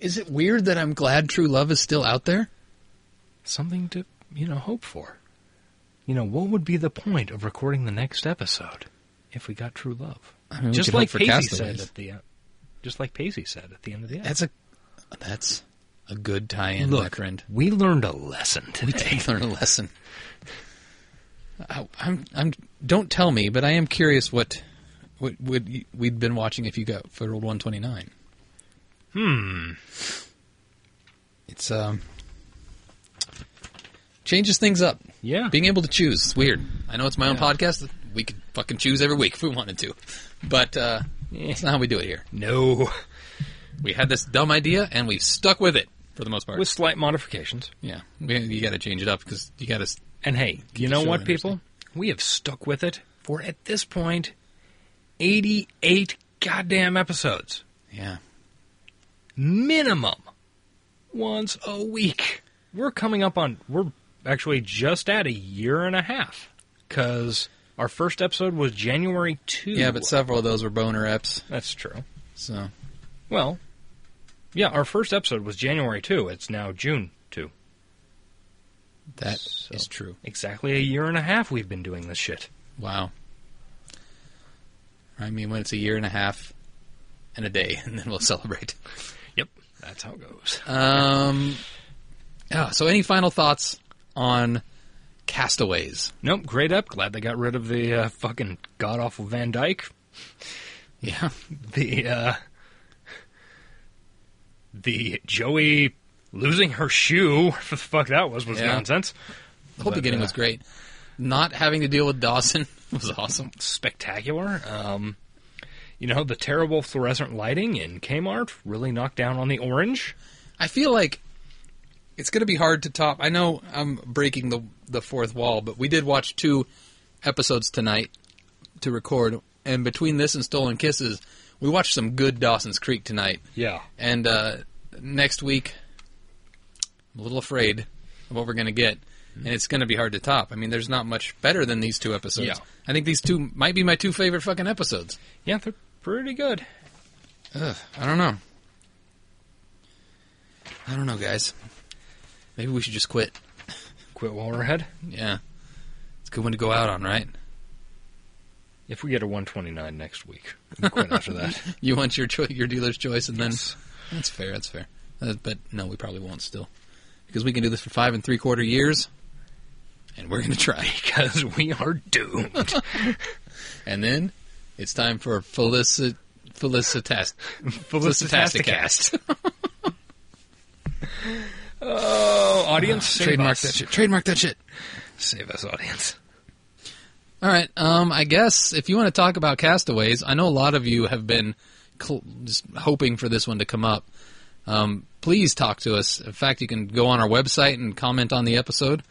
S3: Is it weird that I'm glad True Love is still out there?
S2: Something to, you know, hope for. You know, what would be the point of recording the next episode if we got true love?
S3: I mean, we
S2: just
S3: could hope
S2: like
S3: for
S2: Pacey
S3: Castaways.
S2: said at the end. Just like Pacey said at the end of the episode.
S3: That's a that's a good tie-in, my
S2: Look,
S3: friend.
S2: we learned a lesson
S3: <laughs> We
S2: today.
S3: did learn a lesson. I, I'm, I'm. Don't tell me, but I am curious what, what would you- we'd been watching if you got for old 129. Hmm.
S2: Hmm.
S3: It's um. Changes things up.
S2: Yeah.
S3: Being able to choose is weird. I know it's my own podcast. We could fucking choose every week if we wanted to, but uh, that's not how we do it here.
S2: no,
S3: We had this dumb idea and we've stuck with it for the most part.
S2: with slight modifications.
S3: yeah, we, you got to change it up because you got to
S2: And hey, you
S3: the
S2: know
S3: show
S2: what,
S3: interesting.
S2: people? We have stuck with it for at this point, eighty-eight goddamn episodes,
S3: yeah.
S2: minimum, once a week. We're coming up on. We're actually just at a year and a half because our first episode was January two.
S3: Yeah, but several of those were boner eps.
S2: that's true.
S3: So
S2: Well, yeah, our first episode was January 2. It's now June 2.
S3: that is
S2: So-
S3: true.
S2: Exactly a year and a half we've been doing this shit.
S3: Wow. I mean, when it's a year and a half and a day, <laughs> and then we'll celebrate.
S2: Yep, that's how it goes.
S3: Um, yeah, so, any final thoughts on Castaways? <laughs>
S2: Nope, great up. Glad they got rid of the uh, fucking god awful Van Dyke.
S3: Yeah,
S2: The, uh. The Joey losing her shoe, <laughs> what the fuck that was, was
S3: Yeah.
S2: nonsense.
S3: the whole
S2: But,
S3: beginning
S2: uh,
S3: was great. Not having to deal with Dawson <laughs> was awesome.
S2: Spectacular. Um. You know, the terrible fluorescent lighting in Kmart really knocked down on the orange.
S3: I feel like it's going to be hard to top. I know I'm breaking the the fourth wall, but we did watch two episodes tonight to record, and between this and Stolen Kisses, we watched some good Dawson's Creek tonight.
S2: Yeah.
S3: And uh, next week, I'm a little afraid of what we're going to get,
S2: Mm-hmm.
S3: and it's going to be hard to top. I mean, there's not much better than these two episodes.
S2: Yeah.
S3: I think these two might be my two favorite fucking episodes.
S2: Yeah, they're pretty good.
S3: Ugh, I don't know. I don't know, guys. Maybe we should just quit.
S2: Quit while we're ahead?
S3: Yeah. It's a good one to go out on, right? <laughs>
S2: If we get a 129 next week, we can quit after <laughs> that.
S3: You want your cho- your dealer's choice, and
S2: Yes.
S3: then that's fair. That's fair. Uh, but no, we probably won't still, because we can do this for five and three quarter years, and we're gonna try <laughs>
S2: Because we are doomed.
S3: and then it's time for felicit felicitas felicitasticast.
S2: Oh, audience, save
S3: Trademark
S2: us.
S3: that shit. Trademark that shit.
S2: Save us, audience.
S3: All right. Um, I guess if you want to talk about castaways, I know a lot of you have been cl- just hoping for this one to come up. Um, please talk to us. In fact, you can go on our website and comment on the episode.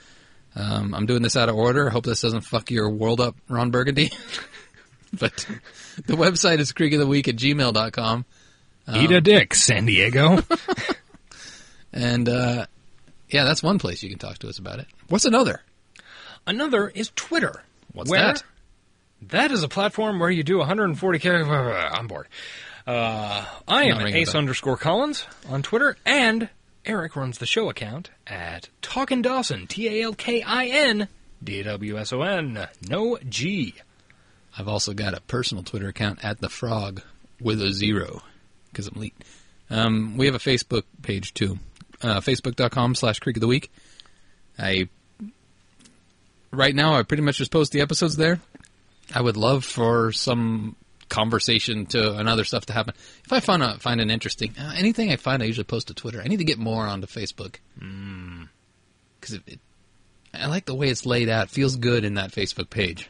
S3: Um, I'm doing this out of order. I hope this doesn't fuck your world up, Ron Burgundy. <laughs> but the website is creek of the week at gmail.com.
S2: Eat a dick, San <laughs> Diego.
S3: And uh, yeah, that's one place you can talk to us about it. What's another?
S2: Another is Twitter.
S3: What's
S2: where-
S3: that?
S2: That is a platform where you do 140 characters. <laughs> I'm bored. Uh, I am
S3: Not
S2: at
S3: ringing a
S2: Ace
S3: bell.
S2: underscore Collins on Twitter, and Eric runs the show account at Talkin' Dawson, T A L K I N D W S O N, no G.
S3: I've also got a personal Twitter account at the frog with a zero because I'm late. Um, we have a Facebook page too, uh, facebook.com slash creek of the week. I right now I pretty much just post the episodes there. I would love for some conversation to and other stuff to happen. If I find a, find an interesting uh, anything I find, I usually post to Twitter. I need to get more onto Facebook because it, it, I like the way it's laid out. It feels good in that Facebook page.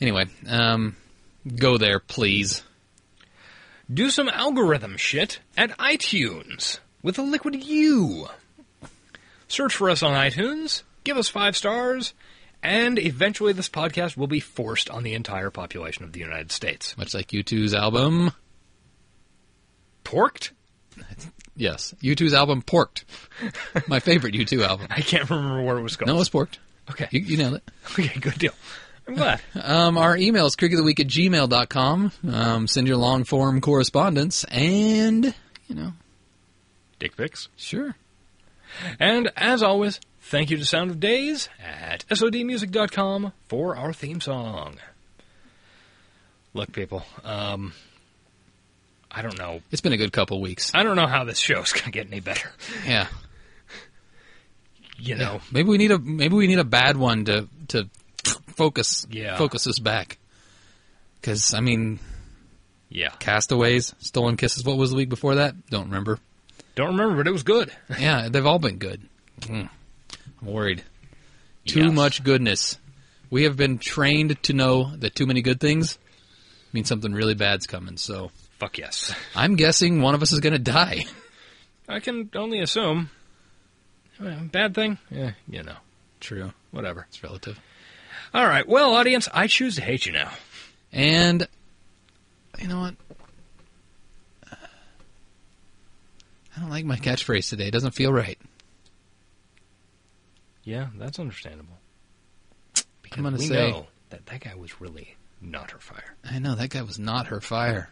S3: Anyway, um, go there, please.
S2: Do some algorithm shit at iTunes with a liquid U. Search for us on iTunes, give us five stars, and eventually this podcast will be forced on the entire population of the United States.
S3: Much like U2's album.
S2: Porked?
S3: Yes, U2's album
S2: <laughs>
S3: Porked. My favorite U2 album.
S2: I can't <laughs> remember what it was called.
S3: No, it's Porked.
S2: okay. <laughs>
S3: You, you nailed it.
S2: okay, good deal. I'm glad.
S3: Um, our email is creekoftheweek at gmail.com. Um, send your long form correspondence and, you know,
S2: <laughs> Dick pics.
S3: sure.
S2: And as always, thank you to Sound of Days at SODmusic.com for our theme song. Look, people, um, I don't know.
S3: It's been a good couple weeks.
S2: I don't know how this show's <laughs> gonna get any better.
S3: Yeah.
S2: You Uh, know,
S3: Maybe we need a maybe we need a bad one to to focus
S2: Yeah.
S3: focus us back. Cuz I mean,
S2: <laughs> yeah.
S3: Castaways, Stolen Kisses, what was the week before that? Don't remember.
S2: Don't remember, but it was good.
S3: Yeah, they've all been good. Mm. I'm worried. Too
S2: Yes.
S3: much goodness. We have been trained to know that too many good things means something really bad's coming. So
S2: Fuck yes.
S3: I'm guessing one of us is going to die.
S2: I can only assume. Well, Bad thing? Yeah, you know,
S3: <laughs> True.
S2: whatever.
S3: It's relative.
S2: All right. Well, audience, I choose to hate you now.
S3: And you know what? I don't like my catchphrase today. It doesn't feel right.
S2: Yeah, that's understandable. Because
S3: I'm going to
S2: we
S3: say,
S2: know that that guy was really not her fire.
S3: I know that guy was not her fire.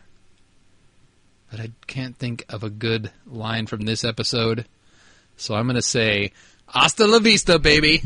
S3: But I can't think of a good line from this episode. So I'm going to say, Hasta la vista, baby.